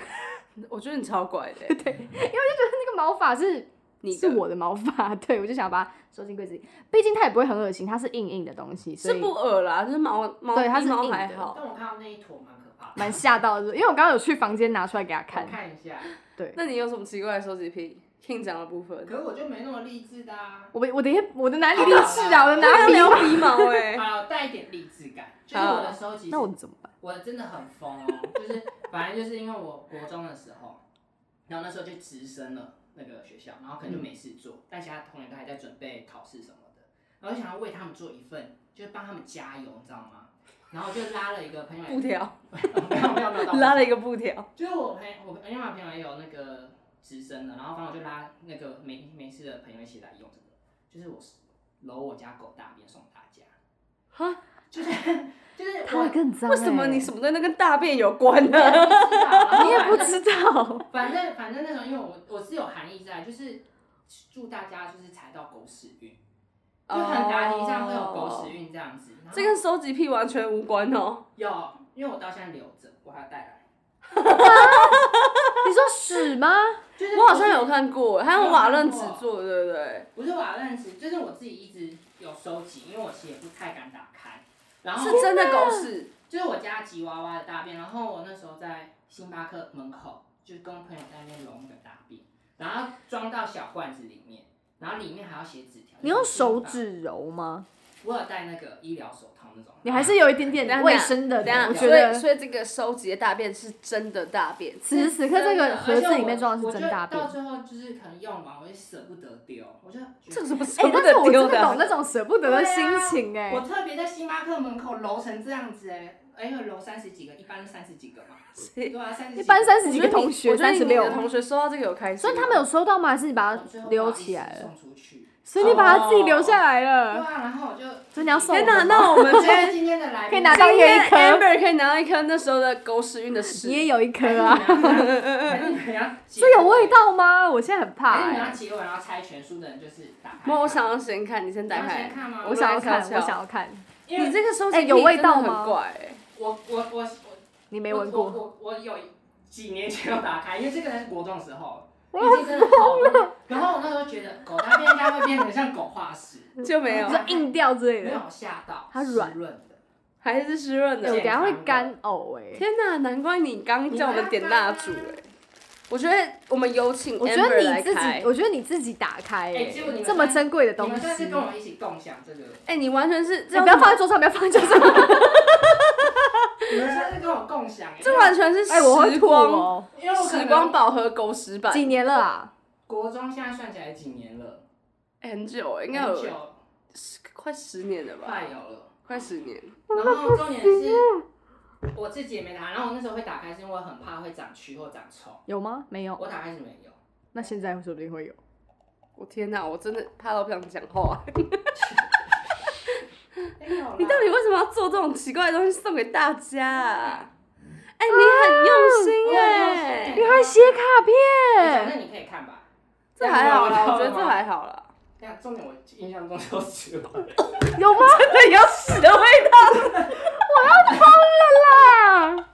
B: 我觉得你超怪的，对，
A: 那个毛发是。
B: 你
A: 是
B: 的
A: 我的毛发，对我就想把它收进柜子里，毕竟它也不会很恶心，它是硬硬的东西，所
B: 是
A: 以
B: 不恶啦，就是毛毛
A: 对它是
B: 鼻毛
A: 硬的
B: 还好。
C: 但我看到那一坨蛮可怕的，
A: 蛮吓到的。因为我刚刚有去房间拿出来给他看
C: 我，看一下。
A: 对，
B: 那你有什么奇怪的收集癖？King 讲的部分，
C: 可是我就没那么励志的啊，
A: 我的我的也我的哪里励志啊？我的哪
B: 要
A: 里？
B: 聊鼻毛 哎，
C: 啊，带一点励志感。就是我的收集，
A: 那我怎么办？
C: 我真的很疯哦，就是反正就是因为我国中的时候，然后那时候就直升了那个学校，然后可能就没事做，但其他同学都还在准备考试什么的，然后就想要为他们做一份，就是帮他们加油，你知道吗？然后就拉了一个朋友来，
B: 布 条，
C: 没有没 有没有到
B: 拉了一个布条，
C: 就是我朋友，我朋友因为我朋友也有那个直升的，然后反正我就拉那个没没事的朋友一起来用这个，就是我揉我家狗大便送大家，
B: 哈，
C: 就是就是
A: 他
C: 我
A: 的更脏、欸。
B: 为什么你什么东西都跟大便有关 呢？
A: 啊你
C: 你
A: 也不知 道？
C: 反正反正那时候，因为我我是有含义在，就是祝大家就是踩到狗屎运，就很打题上会有狗屎运这样子。然后
B: 哦这跟收集癖完全无关哦。
C: 有，因为我到现在留着，我还要带来。
A: 你说屎吗？
C: 就是
B: 我好像有看过，还有瓦楞纸
C: 有看过
B: 做的，对不对？
C: 不是瓦楞纸，就是我自己一直有收集，因为我其实也不太敢打开。
A: 啊
C: 然后
B: 是真的狗屎，
C: 就是我家吉娃娃的大便，然后我那时候在星巴克门口，就是跟朋友在那边揉那个大便，然后装到小罐子里面，然后里面还要写纸条。
A: 你用手？指揉吗？
C: 我有戴那个医疗手套那种。
A: 你还是有一点点卫生的
B: 等一下，
A: 感，我觉
B: 所以
A: 得。
B: 所以这个收集的大便是真的大便，
A: 此时此刻，这个盒子里面装的是真大便
C: 我就。到最后就是可能用完，我就舍不得丢，我就
B: 这个
C: 觉得
B: 什么舍
A: 哎、
B: 不
A: 但是
B: 得
A: 我
B: 丢
A: 真
B: 的
A: 的
B: 啊
A: 懂？那种舍不得的心情哎、
C: 我特别在星巴克门口揉成这样子哎、哎呦揉三十几个，一般三十几个嘛，对啊，三十几
A: 一
C: 个
A: 般三十几个
B: 我觉得你
A: 同学，
B: 我觉得
A: 三
B: 你
A: 十
B: 的
A: 六，
B: 同学收到这个有开心，
A: 所以他们有收到吗？还是你把
C: 我最
A: 它
C: 后
A: 留
C: 不好意思
A: 起来了？
C: 送出去。
A: 所以你把它自己留下来
C: 对
B: 哦
A: 了，
C: 啊，然后我就
A: 所以你要送我
B: 天
A: 们吗。
B: 哪，那我们
C: 我
B: 今
C: 觉
B: 天
C: 得今天的来宾
A: 可以拿到
B: 今
A: 一
B: 天哎
A: 颗
B: Amber 可以拿到一颗那时候的狗屎运的屎，
A: 你 也有一颗啊，
C: 啊，
A: 这有味。道吗？我现在很怕、
B: 哎
C: 还是你要
A: 欸，
C: 结尾，然后猜全书的人就是打开看。
B: 我我想要先看，你先
C: 你
B: 打
C: 要
B: 开。
C: 先看吗？
A: 哎我
B: 们
A: 想要
B: 来
A: 看，
B: 瞧瞧
A: 我想要看，
C: 因为
B: 你这个收集
A: 哎
B: 癖
A: 有味
B: 真的
A: 道吗
B: 很怪欸，
C: 我我我
A: 你没闻
C: 我
A: 过，
C: 我我我有几年前有打开，因为这个人是国中的时候，
A: 我
C: 已经真的好多。然后我那时候觉得狗大便应该会变成像狗化 石，
B: 就没有
A: 你，说硬掉之类
C: 没
A: 的，
C: 有吓到，
A: 它软
C: 湿润的。
B: 还是湿润
A: 哎我
B: 的
A: 等。一下会
C: 健康的
A: 干呕哎。
B: 天哪，难怪你刚叫我们点蜡烛
C: 你要
B: 哎！我觉得我们有请
A: 我觉得
B: Amber
A: 你
B: 来
A: 自己
B: 开，。
A: 我觉得你自己打开、欸，
C: 哎结果你们
A: 这么珍贵的东
C: 你们
A: 西，
C: 算是跟我一起共享 这个，
B: 哎，你完全是这
A: 你不要
B: 样
A: 放在桌上，不要放在桌上，
C: 你们算是跟我共享。
B: 这完全是
A: 哎、我会
B: 时
A: 吐
B: 光
A: 哦。
C: 因为我可
B: 时
C: 能
B: 光宝盒狗屎版，
A: 几年了啊？
C: 国中现在算起来几年了？
B: 哎很久哎，应该
C: 很
B: 有
C: 久，
B: 十快十年了吧，
C: 快有了。
B: 快十年。
C: 然后重点是，我自己也没打，然后我那时候会打开是因为我很怕会长蛆或长虫，
A: 有吗？没有。
C: 我打开是没有。
A: 那现在说不定会有。
B: 我天哪，我真的怕到不想讲话。
C: 没有
B: 你到底为什么要做这种奇怪的东西送给大家啊？
A: 嗯
B: 哎、你很用心
A: 啊
B: 哎、
A: 你还写卡
C: 哎反
A: 片？
C: 正你可以看吧。
B: 这还好啦，
C: 这样
B: 我
C: 有
B: 觉得这还好啦。
C: 这样重点我印象中都吃完了。
A: 有吗？
B: 对，有屎的味道。
A: 啦！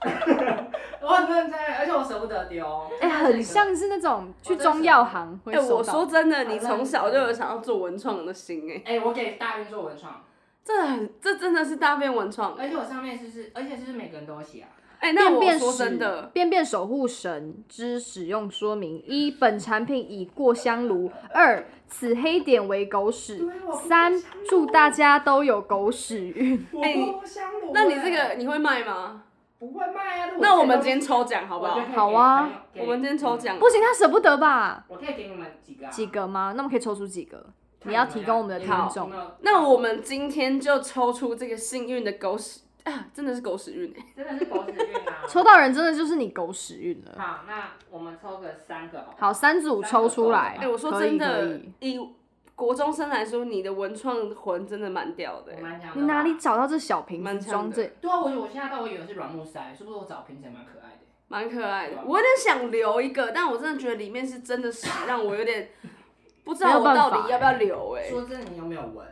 C: 我很认真，而且我舍不得丢。
A: 哎、很像是那种去中药行会
B: 哎、
A: 收
B: 我
A: 到。
B: 说真的，你从小就有想要做文创的心哎、
C: 哎、我给大运做文创，
B: 这很这真的是大变文创。
C: 而且我上面就是，而且就是每个人都有写啊。
B: 哎、那
A: 便
B: 我
A: 便
B: 说
A: 使
B: 真的，
A: 便便守护神之使用说明：一、本产品已过香炉；二、此黑点为狗屎；三、祝大家都有狗屎运。
C: 我
B: 哎
C: 不香炉、
B: 那你这个你会卖吗？
C: 不会卖啊？
B: 那我们今天抽奖好不好？
A: 好啊，
C: 我
B: 我们今天抽，奖，
A: 不行，他舍不得吧？
C: 我可以给你们几个、啊，
A: 几个吗？那我们可以抽出几个？
C: 看
A: 你
C: 们
A: 要
C: 啊
A: 提供我们的听
B: 好
A: 众。
B: 那我们今天就抽出这个幸运的狗屎啊，真的是狗屎运哎、
C: 真的是狗屎运 啊！
A: 抽到人真的就是你狗屎运了。
C: 好，那我们抽个三个好不好。
A: 好，三组抽出来。
B: 哎、我说
A: 可以
B: 真的
A: 可以，
B: 以国中生来说，你的文创魂真的蛮屌的、哎
C: 我蛮强的吧。
A: 你哪里找到这小瓶
B: 蛮
A: 子
B: 强
A: 装
B: 的
A: 这？
C: 对啊，我我现在到我以为是软木塞，是不是我找瓶子也蛮可爱的？
B: 蛮可爱的
C: 对。啊
B: 我有点想留一个，但我真的觉得里面是真的是让我有点不知
A: 没
B: 道
A: 有
B: 我
A: 办
B: 到
A: 法
B: 底要不要留、哎，
C: 说真的，你有没有闻？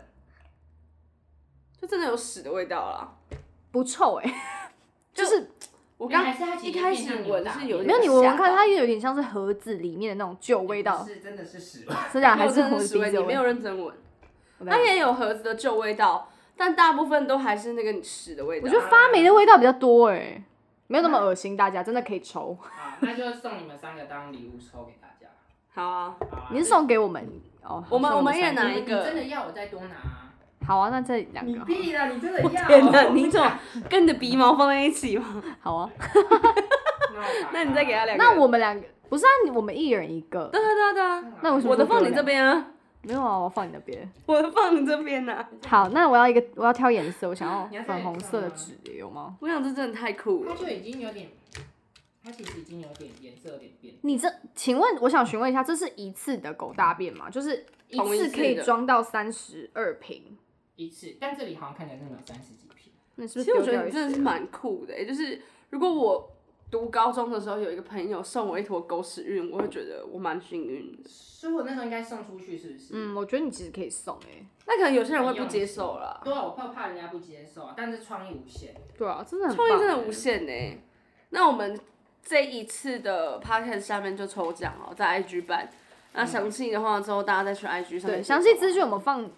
B: 就真的有屎的味道啦。
A: 不臭哎、就是
B: 我
C: 因为
B: 刚
C: 还是它其
B: 一
C: 实
B: 开
C: 变
B: 始
C: 成
B: 闻
C: 你打
B: 是有
C: 的
B: 点
A: 没有你闻闻看，
B: 吓到
A: 它有点像是盒子里面的那种旧味道，
C: 是真的是屎。
A: 是的，啊
B: 没
A: 还
B: 有
A: 是
B: 真
A: 我
B: 的
A: 的
B: 是屎
A: 鼻
B: 味，
A: 子
B: 你
A: 味
B: 没有认真闻。
A: 我没
B: 它
A: 有
B: 也有盒子的旧味道，但大部分都还是那个屎的味
A: 我
B: 道
A: 觉。得发霉的味道比较多哎、没有那么恶心，大家真的可以抽。
C: 好，啊那就送你们三个当礼物抽给大家。
B: 好啊，
C: 好啊
A: 你是送给我们哦？
B: 我们
A: 送
B: 我们一人
A: 三个
B: 拿一
C: 你真
B: 个。
C: 的要我再多拿啊？
A: 好啊，那这两
C: 你
A: 个
C: 屁啦！你真的要？
B: 天哪，你怎么跟你的鼻毛放在一起吗？
A: 好啊，
C: 那我打
B: 那你再给他两个。
A: 那我们两个不是啊，我们一人一个
B: 对。啊对啊对啊，
C: 开
A: 那为什么
B: 我的放你这边啊，
A: 没有啊，我放你那边。
B: 我的放你这边啊。
A: 好，那我要一个，我要挑颜色，我想
C: 你
A: 要
C: 要
A: 粉
C: 挑
A: 红
C: 颜色
A: 色的
C: 吗
A: 纸，有吗？
B: 我想这真的太酷
C: 它
B: 了。
C: 就已经有点它其实已经有点颜色有点变。
A: 你这，请问我想询问一下，这是一次的狗大便吗？就是一
B: 同一
A: 次
B: 次
A: 可以
B: 的
A: 装到三十二瓶，
C: 一次，但这里好像看起来真的有三十几瓶。
A: 那是
B: 其
A: 不是
B: 实我
A: 丢
B: 觉
A: 掉
B: 得
A: 一
B: 你
A: 些
B: 真的是蛮酷的、欸，就是如果我读高中的时候有一个朋友送我一坨狗屎运，我会觉得我蛮幸运的。
C: 所以我那时候应该送出去，是不是？
A: 嗯，我觉得你其实可以送哎、
B: 那可能有些人会不接受啦，
C: 对啊，我怕怕人家不接受啊，但是创意无限。
A: 对啊，真的很
B: 创意真的
A: 棒欸
B: 无限呢、那我们这一次的 podcast 下面就抽奖哦，在 IG 办。那详细的话之后大家再去 IG 上
A: 嗯
B: 面
A: 对，
B: 找。
A: 详细资讯我们放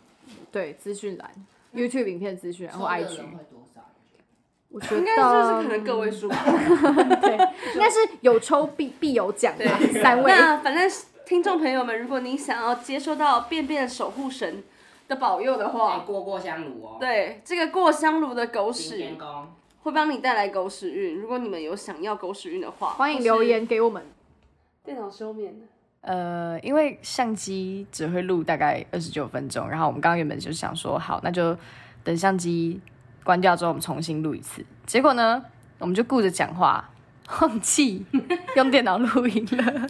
A: 对资讯栏、YouTube
B: 嗯
A: 影片资讯然
C: 然
A: 后
C: 后
A: IG，
C: 会多少？
A: 我觉得
B: 应该就是可能个位数吧。
A: 嗯 应该是有抽必必有奖吧，
B: 对
A: 三位。
B: 那反正听众朋友们，如果你想要接收到便便守护神的保佑的
C: 哎，
B: 话，
C: 过过香炉哦。
B: 对这个过香炉的狗
C: 行
B: 屎
C: 天宫。
B: 会帮你带来狗屎运。如果你们有想要狗屎运的话，
A: 欢迎留言给我们。
B: 或是电脑休眠的。
D: 呃，因为相机只会录大概二十九分钟，然后我们刚刚原本就想说，好，那就等相机关掉之后，我们重新录一次。结果呢，我们就顾着讲话， 忘记用电脑录音了。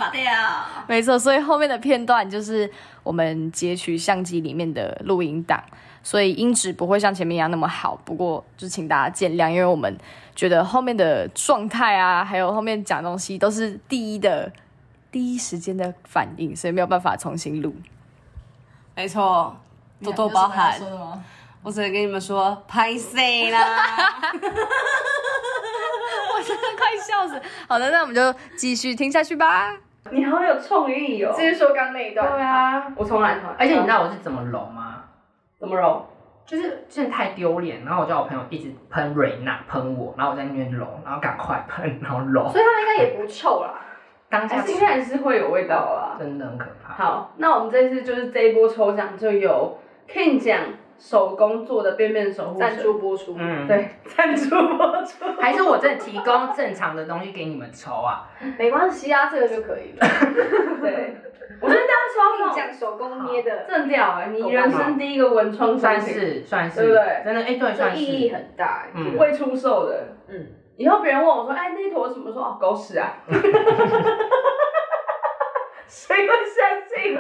D: 没错，所以后面的片段就是我们截取相机里面的录音档，所以音质不会像前面一样那么好。不过就请大家见谅，因为我们觉得后面的状态啊，还有后面讲东西都是第一的 第一时间的反应，所以没有办法重新录。
B: 没错，多多包涵。
C: 的吗？
B: 我只能跟你们说，拍 C 啦。
D: 快笑死！好的，那我们就继续听下去吧。
B: 你好有创意哦
A: 是说刚那一段，
B: 啊，我重来。
C: 而且你知道我是怎么揉吗？
B: 怎么揉？
C: 就是真的太丢脸，然后我叫我朋友一直喷瑞娜喷我，然后我在那边揉，然后赶快喷，然后揉，
A: 所以他们应该也不臭啦。
C: 当下
B: 应该还哎是会有味道啦。
C: 真的很可怕。
B: 好，那我们这次就是这一波抽奖就有 King 奖手工做的便便守护神，
A: 播出
C: 嗯，，
B: 对赞助播出，
C: 还是我正提供正常的东西给你们抽啊？
A: 没关系啊，这个就可以了。
B: 对，我觉得大家抽到这种哦
A: 手工
C: 捏
A: 的，
B: 正屌哎、你人生第一个文创
C: 算
B: 商品，
C: 是算是，
B: 对不对
C: 真的哎、对，算是
A: 很大
C: 嗯
B: 未出售的，
A: 嗯，
B: 以后别人问我说，哎，那一坨什么？说哦，狗屎啊， 谁会相信？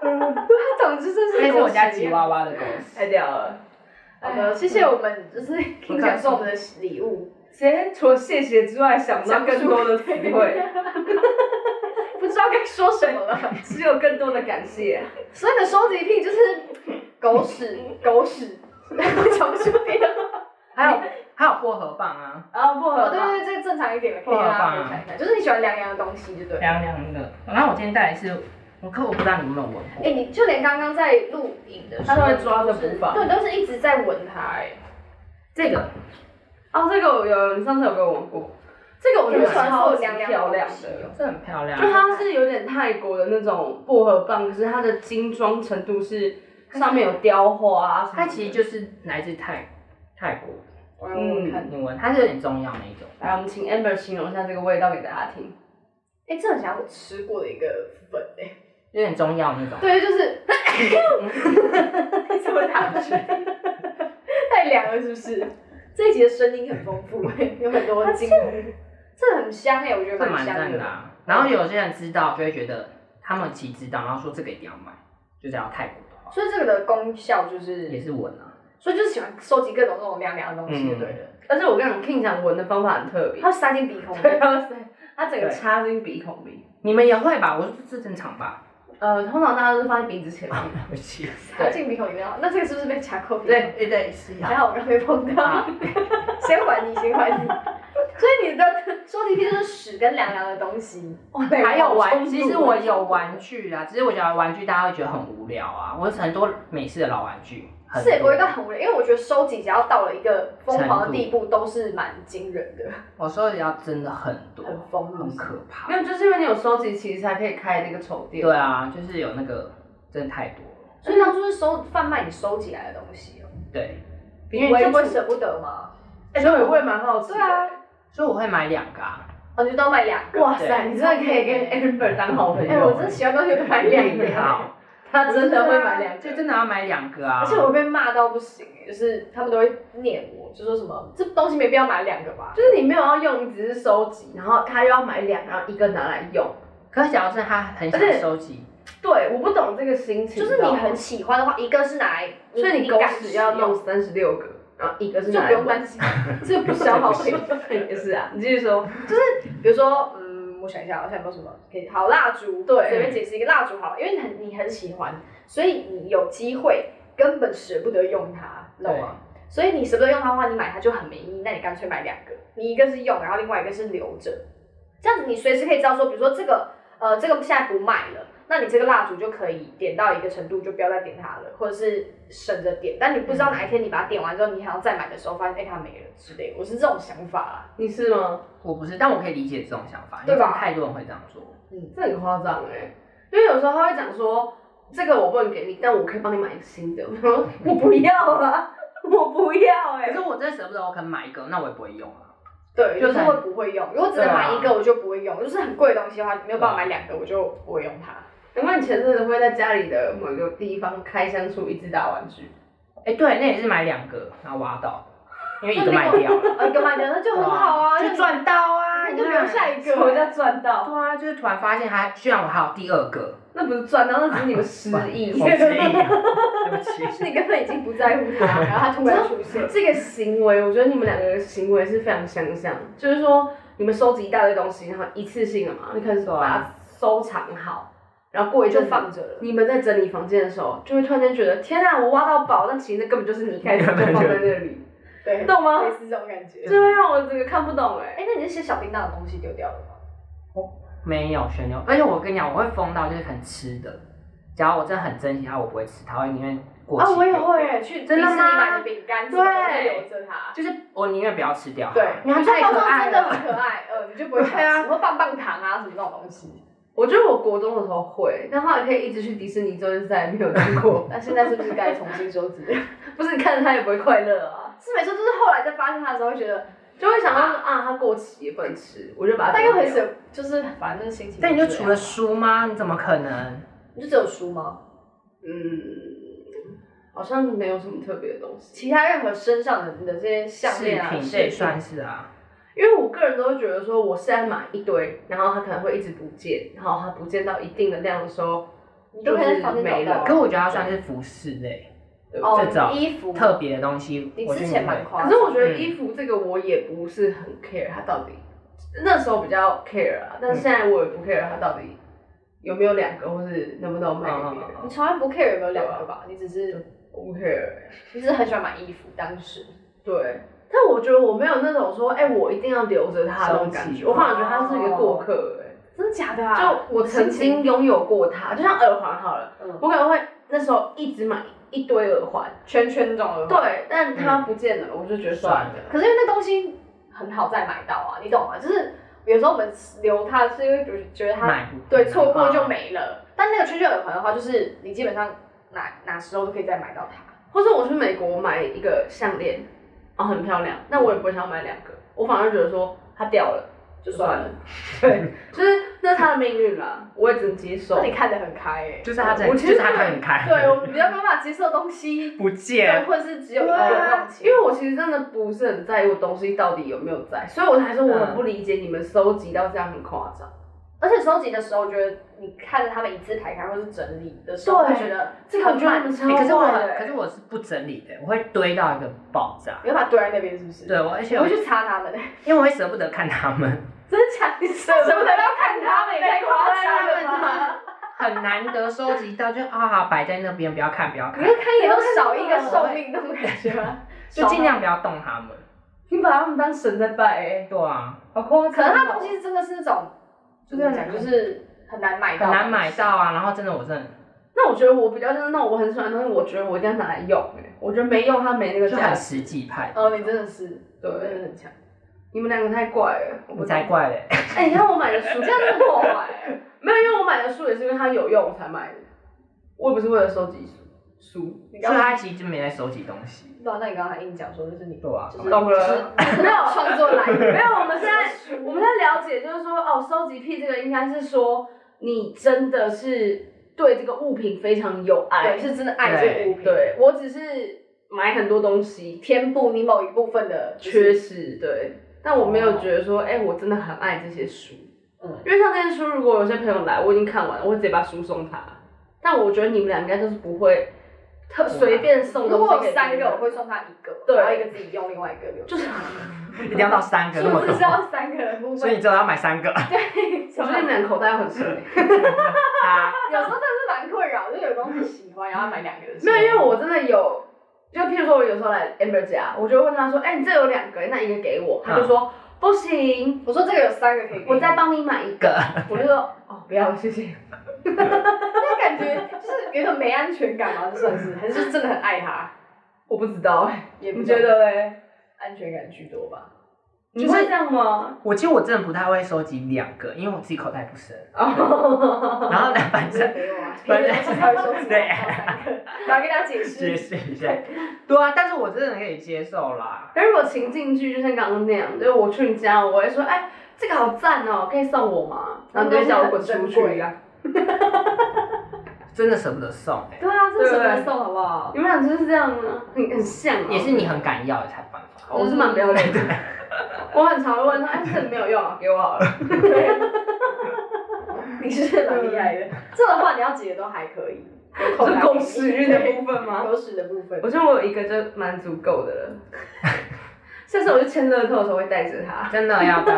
B: 它长知真
C: 那
B: 是
C: 是
B: 狗
C: 我家
B: 屎一
C: 吉
B: 样，
C: 娃娃的狗屎，
B: 太屌了。
A: 好的，谢谢我们，就是 King 讲送我们的礼物，
B: 今天除了谢谢之外，想不到更多的词 汇，
A: 不知道该说什么了。
B: 只有更多的感谢。
A: 所以你的收集癖就是狗屎，狗屎， 讲不出别的话。还有，
C: 还有薄荷棒啊，
B: 然后不
A: 哦，
B: 合
A: 对
B: 吧，
A: 对对，这正常一点的，可以让大家看一看。就是你喜欢凉凉的东西，对不对？
C: 凉凉的。然后我今天带的是，我可我不知道你们有没有闻
A: 哎、
C: 过，
A: 你就连刚刚在录影的时
B: 他
A: 候，
B: 都会抓着不放。
A: 对，都是一直在闻它、哎，
C: 这个
B: 哦，这个我有，你上次有给我闻过。这个我觉得超级漂亮的，
C: 这很漂亮，
B: 就它是有点泰国的那种薄荷棒，可是它的精装程度是上面有雕花啊什么的。
C: 它其实就是来自泰泰国，嗯
A: 我来闻闻看。
C: 你闻，它是有点中药那一种。
B: 来，我们请 Amber 形容一下这个味道给大家听。
A: 哎、这很像我吃过的一个粉哎、
C: 有点中药那种。
A: 对，就是，怎么打不去？ 太凉了是不是？这一集的声音很丰富、哎，有很多精灵，这很香哎、我觉得
C: 这蛮
A: 蛮香
C: 赞的、啊。然后有些人知道就会觉得他们其实知道，然后说这个一定要买，就只要泰国的话
A: 所以这个的功效就是
C: 也是闻啊。
A: 所以就是喜欢收集各种这种凉凉的东西，
C: 嗯
A: 对了。
B: 但是我跟你讲，King 讲闻的方法很特别，
A: 它塞进鼻孔里，
B: 对，它会它整个
C: 对
B: 插进鼻孔里。
C: 你们也会吧？我说这正常吧。
B: 呃，通常大家都是放在鼻子前面。
C: 对不起。
A: 塞进鼻孔里面。那这个是不是被卡扣？，
B: 对对对，是
A: 还好我刚没碰到
C: 啊。
A: 先还你，先还你。 所以你的 收集癖就是屎跟凉凉的东西，
C: 还有玩，
B: 具，
C: 其实我有玩具啊，只是我觉得玩具大家会觉得很无聊啊。我有很多美式的老玩具，很
A: 是也不会到
C: 多。
A: 很无聊，因为我觉得收集只要到了一个疯狂的地步，都是蛮惊人的，
C: 我说的要真的很多，
A: 很疯
C: 很可怕
B: 没。有，就是因为你有收集，其实才可以开那个丑店。
C: 对，啊，就是有那个真的太多了。
A: 所以当初是收贩卖你收集来的东西哦，
C: 对，
B: 比
A: 你就
B: 为
A: 不会舍不得吗？
B: 哎，所以我会蛮好奇。
A: 对，啊，
C: 所以我会买两个啊。
A: 哦，你就都买两个。
B: 哇塞，你真的可以跟 Amber 当好朋
A: 哎，
B: 友
A: 我。真的喜欢东西都买两个。
C: 好，
E: 他真的会买
C: 对啊
E: 两
C: 就
E: 个。
C: 真的要买两个啊！
E: 而且我被骂到不行，就是他们都会念我，就说什么这东西没必要买两个吧。
B: 就是你没有要用，你只是收集，然后他又要买两，然后一个拿来用。
C: 可是假如是他很
B: 而
C: 想
B: 且
C: 收集，
B: 对，我不懂这个心情。
A: 就是你很喜欢的话，一个是拿来，
B: 你知道吗，所以你狗
A: 敢
B: 屎要
A: 使
B: 弄
A: 用，
B: 三十六个，然后一个是
E: 就
B: 拿
E: 不
B: 来
E: 用
B: 玩
E: 担心。
B: 这不消 耗品也是啊。你继续说，
A: 比如说，嗯，我想一下，我想到什么可以？好，蜡烛，
B: 对
A: 随便解释一个蜡烛好了，因为你很你很喜欢，所以你有机会根本舍不得用它，你懂吗？所以你舍不得用它的话，你买它就很没意义，那你干脆买两个，你一个是用，然后另外一个是留着，这样子你随时可以知道说，比如说这个呃这个现在不卖了。那你这个蜡烛就可以点到一个程度，就不要再点它了，或者是省着点。但你不知道哪一天你把它点完之后，你还要再买的时候，发现哎、它没了之类的。我是这种想法啊啦。
B: 你是吗？
C: 我不是，但我可以理解这种想法，因为
A: 对吧
C: 太多人会这样做。
B: 这很夸张
A: 欸
B: 哎，因为有时候他会讲说，这个我不能给你，但我可以帮你买一个 新的。然后我不要啊，我不要哎、
C: 可是我真的舍不得，我可能买一个，那我也不会用啊。
A: 对，
C: 就
A: 就是
C: 很
A: 会不会用。如果只
B: 啊
A: 能买一
C: 对
A: 个，我就不会用；就是很贵的东西的话，没有办法买两个，我就不会用它。
B: 难怪你前阵子会在家里的某个地方开箱出一只大玩具。
C: 哎、对，那也是买两个，然后挖到，因为一个卖掉了，
A: 呃，一个卖掉那就很好啊，
C: 就赚到啊！
A: 那你
C: 你
A: 就
C: 看
A: 留下一个。
B: 我叫赚到，
C: 对啊，就是突然发现还，居然我还有第二个，
B: 那不是赚到，那只是你们失 忆。
C: 我失忆 啊了，对不起。
A: 你根本已经不在乎它，然后它突然出现。
B: 这个行为，我觉得你们两个的行为是非常相像，就是说你们收集一大堆东西，然后一次性的 嘛，你可能
C: 对啊
B: 把它收藏好，然后过一阵
A: 就
B: 子
A: 放着 了，
B: 你们在整理房间的时候，就会突然间觉得天啊，我挖到宝，但其实那根本就是你开始就放在那里，
A: 对，
B: 懂吗
A: 类似这种感觉
B: 这。会让我整个看不懂哎、
A: 哎，那你那些小叮当的东西丢掉了吗？
C: 没有旋钮，而且我跟你讲，我会疯到就是很吃的。假如我真的很珍惜它，我不会吃它，我会宁愿过期。
A: 啊，我也。会耶，去
C: 真的吗
A: 迪士尼买的饼干，什
C: 对
A: 么都会留着它。
C: 就是我宁愿不要吃掉它。
A: 对，
B: 你看太可爱
A: 真的
B: 了
A: 很可爱，呃，你就不会想
B: 对啊
A: 吃，或棒棒糖啊什么这种东西。。
B: 我觉得我国中的时候会，但后来可以一直去迪士尼之后就再也没有去过
A: 那现在是不是该重新收 集？是
B: 不是你看着它也不会快乐啊，
A: 没错，就是后来在发现它的时候，会觉得
B: 就会想到啊，它过期也不能吃，我就把它嗯
A: 大概很
B: 舍。
A: 舍，就是反正心情。
C: 但你就除了，书吗？你怎么可能？
A: 你就只有书吗？
B: 嗯，好像没有什么特别的东西。
A: 其他任何身上的你的这些项
C: 饰
A: 链啊，
C: 品
A: 饰
C: 也算是啊。
B: 因为我个人都会觉得说，我现在买一堆，然后它可能会一直不见，然后它不见到一定的量的时候，
A: 你
B: 就
A: 都可以
B: 是
A: 在房间
B: 没
A: 找到
B: 了
A: 啊。
C: 可我觉得它算是服饰类，
B: 对
A: 哦
C: 这种
A: 衣服
C: 特别的东西。
A: 你
C: 我觉
A: 之
C: 得
A: 前
C: 你会
A: 蛮夸张，
B: 可是我觉得
C: 嗯
B: 衣服这个我也不是很 care 它到底，那时候比较 care 啊，但是现在我也不 care 它到底有没有两个，或是能不能卖给别人，啊
A: 你从来不 care 有没有两个吧？你只是
B: 我不 care。
A: 你只是很喜欢买衣服，当时
B: 对，但我觉得我没有那种说，哎、我一定要留着它的那种感
C: 收集
B: 觉，我反而觉得它是一个过客、
A: 真的假的
B: 哎、
A: 啊？
B: 就我曾经拥有过它，就像耳环好了，
A: 嗯
B: 我可能会那时候一直买一堆耳环，
A: 圈圈这种的话，
B: 对，但它不见了，我就觉得算了。
A: 可是因为那东西很好再买到啊，你懂吗？就是有时候我们留它是因为觉觉得它
C: 买不啊
A: 对，错过就。没了。但那个圈圈耳环的话，就是你基本上哪哪时候都可以再买到它。
B: 或者我去美国买一个项链，啊、很漂亮，那我也不会想要买两个，我反而觉得说它掉了就算了，对， 就是那是它的命运啦，我也只能接受
A: 那。你看得很开欸诶、
C: 就是它在，
B: 我
C: 就
B: 其实
C: 是它看很开。
A: 对，我们比较没办法接受东西，
C: 不
A: 对，
C: 见。
A: 或者是只有一个
B: 对
A: 那
B: 啊
A: 种，情
B: 因为我其实真的不是很在意我东西到底有没有在，所以我才说我很不理解你们收集到这样很夸张。
A: 而且收集的时候，我觉得你看着他们一字排开或是整理的时候，
B: 对
A: 会觉得
B: 这个我觉得
A: 很
B: 你们
A: 慢哎
B: 超
C: 欸可是我
B: 坏
C: 很，
B: 的
C: 可是我是不整理的，我会堆到一个爆炸。
A: 你会把它堆在那边，是不是？
C: 对，我而且
A: 我
C: 我
A: 会去擦它们，
C: 因为我会舍不得看它们，
A: 真的假的？你舍不得要看它们，也太夸张了吧？
C: 很难得收集到，就啊好摆在那边，不要看，不要
A: 你
C: 看
A: 会，看以后少一个寿命那种感觉吗？
C: 就尽量不要动它们。
B: 你把他们当神在拜、
A: 哎
B: 欸，
C: 对啊，
B: 好夸张哦、
A: 可能它东西真的是那种，
C: 就
A: 就是是
C: 很
A: 讲就是很难买到，
C: 很难买到。啊。然后真的我真的
B: 那我觉得我比较像是那种我很喜欢的东西，我觉得我一定要拿来用、欸，我觉得没用它没那个
C: 就
B: 价
C: 很
B: 值。
C: 实际派，
A: 哦，你真的是，真的
B: 对，
A: 很强。
B: 你们两个太怪了，我不
C: 你才。怪嘞。
B: 哎、你看我买的书，
A: 这
B: 这
A: 样
B: 样
A: 真的破坏、
B: 欸没有，因为我买的书也是因为它有用我才买的，我也不是为了收集书。书
A: 你
C: 所
A: 刚
C: 以
A: 刚，
C: 他其实就没在收集东西。
A: 对啊，那你刚刚还硬讲说就是你
C: 对啊，
A: 就是
B: 懂了
A: 就是
B: 没有
A: 创作来源，
B: 没有，我们现在我们现在了解，就是说哦，收集癖这个应该是说你真的是对这个物品非常有爱
A: 对，。是真的爱这个物品，
B: 对我只是买很多东西
A: 填补你某一部分的
B: 缺失，对，但我没
A: 哦
B: 有觉得说，哎、我真的很爱这些书。
F: 嗯
B: 因为像这些书，如果有些朋友来，我已经看完了，我会直接把书送他。但我觉得你们俩应该就是不会特随便送
A: 如
B: 东
A: 果
B: 西
A: 有
B: 给别
A: 三
B: 人
A: 个，我会送他一个，
B: 对
A: 然后一个自己用，另外一个留着。
B: 就是，
C: 一定要到三个
A: 所
C: 那
A: 以
C: 么
A: 我只知
C: 多，
A: 道三个的部
C: 所以你
A: 分，
C: 知道要买三 个。
B: 我觉得你们俩口袋很
A: 嗯
B: 深。
C: 他
A: 有时候真的是蛮困扰，就有东西喜欢，然后买两个的时
B: 没
A: 候。
B: 有，因为我真的有，就譬如说，我有时候来 Amber 家，我就会问他说，哎、你这有两个，那一个给我。他就说、不行，
A: 嗯我说这个有三个可以给你，
B: 我再帮你买一个。我就说哦，不要，谢谢。
A: 那感觉就是有一种没安全感嘛，这算是还是真的很爱他，
B: 我不知道哎、
A: 也不
B: 你
A: 知道
B: 觉得嘞？
A: 安全感居多吧？
B: 你会这样吗？
C: 我其实我真的不太会收集两个，因为我自己口袋不深。
B: 哦，
C: 然后呢，反
A: 你也
C: 正
A: 给 我啊，
C: 反正
A: 别人不太会说
C: 对
B: 啊
A: 三个，然后跟大家解
C: 解
A: 释，
C: 释一下，对啊，但是我真的可以接受啦。
B: 但如果情境剧就像刚刚那样，就是我去你家，我会说，哎，这个好赞哦，可以送我吗？然后你就会叫我滚出去啊一样。
C: 真的舍不得送、欸，
B: 对啊，这
A: 这
B: 是
A: 是
B: 什
A: 什么
B: 么？
A: 送好不好？
B: 你们俩就是这样啊，很很像啊。
C: 也是你很敢要的才有办法。
B: 哦，我是蛮不要脸的。我很常会问他，哎，这个没有用啊，给我好 了。
A: 你是蛮厉害的，这种话你要解的都还可以，有口
B: 嗯是
A: 才
B: 公司运的
A: 对
B: 部分吗？
A: 狗屎的部分
B: 我，觉得我有一个就蛮足够的 了。下次我去签乐透的时候会带着它。
C: 真的要带，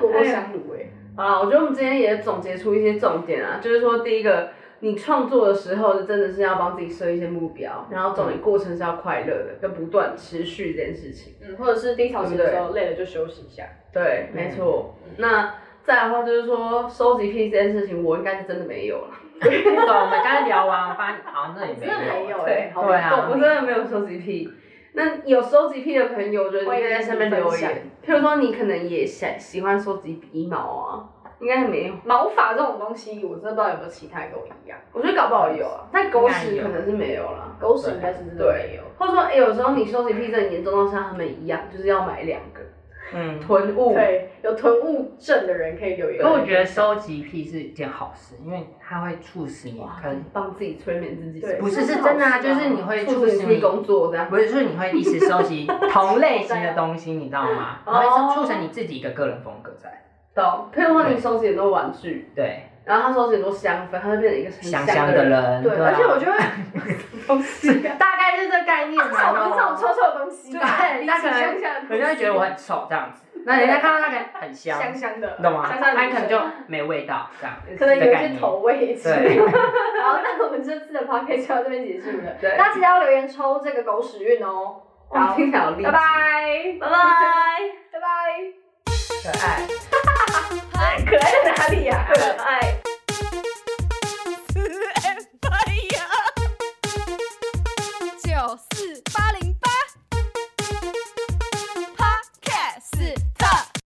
A: 锅锅香炉哎，
B: 好啦，我觉得我们今天也总结出一些重点啊，就是说第一个，你创作的时候真的是要帮自己设一些目标，然后总体过程是要快乐的，跟不断持续这件事情。
A: 嗯，或者是低潮期的时候累了就休息一下，
B: 对，没错。那再来的话就是说，收集癖这件事情，我应该是真的没有了，
C: 不懂。我们刚才聊完，我发现好像那也没
A: 真的没
C: 有。
A: 有哎，好
C: 对啊
A: 感
B: 我
A: 动
B: 真的没有收集癖。那有收集癖的朋友，我觉得你可以在下面留
A: 欢迎
B: 言。譬如说，你可能也想喜欢收集鼻毛啊，应该没有。
A: 毛发这种东西，我真的不知道有没有其他狗一样，
B: 我觉得搞不好有啊，但狗屎可能是没有啦。
A: 狗屎应该是真的没有。
B: 或者说，哎、有时候你收集癖症严重到像他们一样，就是要买两个
C: 嗯，
B: 囤物。
A: 对，有囤物症的人可以留言。
C: 因为我觉得收集癖是一件好事，因为它会促使你
B: 哇，
C: 可能
B: 帮自己催眠自己。
A: 对
C: 不是是真的啊，
A: 这是
C: 就
A: 好事啊
C: 是你会
B: 促
C: 促
B: 使
C: 使
B: 你
C: 你
B: 工作这样。
C: 不是，就是你会一直收集同类型的东西，你知道 吗？然后
B: 哦
C: 会促成你自己一个个人风格在。
B: 懂。譬如说，你收集很多玩具，
C: 对，
B: 然后他收集很多香氛，他就变成一个很
C: 香
B: 香
C: 香
B: 的
C: 的。人，
A: 对，
C: 啊
A: 而且我觉得
C: 大概是这概念
A: 这种
C: 嘛。
A: 这种哦臭臭的东西，
C: 对，
A: 大
C: 大
A: 家
C: 家
A: 香香的，
C: 可能人家会觉得我很丑这样子，那人家看到那个很香，
A: 香香的，
C: 你懂吗？
A: 香香的
C: 他
A: 女
C: 可能
A: 生
C: 就没味道这样。
A: 可能有一
C: 的概
A: 些
C: 念
A: 头味之类的。
C: 对，
A: 好，那 我们这次的 podcast 就到这边结束了，
B: 对
A: 大家记得要留言抽这个狗屎运哦。
B: 哇，听起来好励志
A: 拜。拜，
B: 拜拜，
A: 拜拜，
C: 可爱。
A: 可爱在哪里呀、
B: 可爱。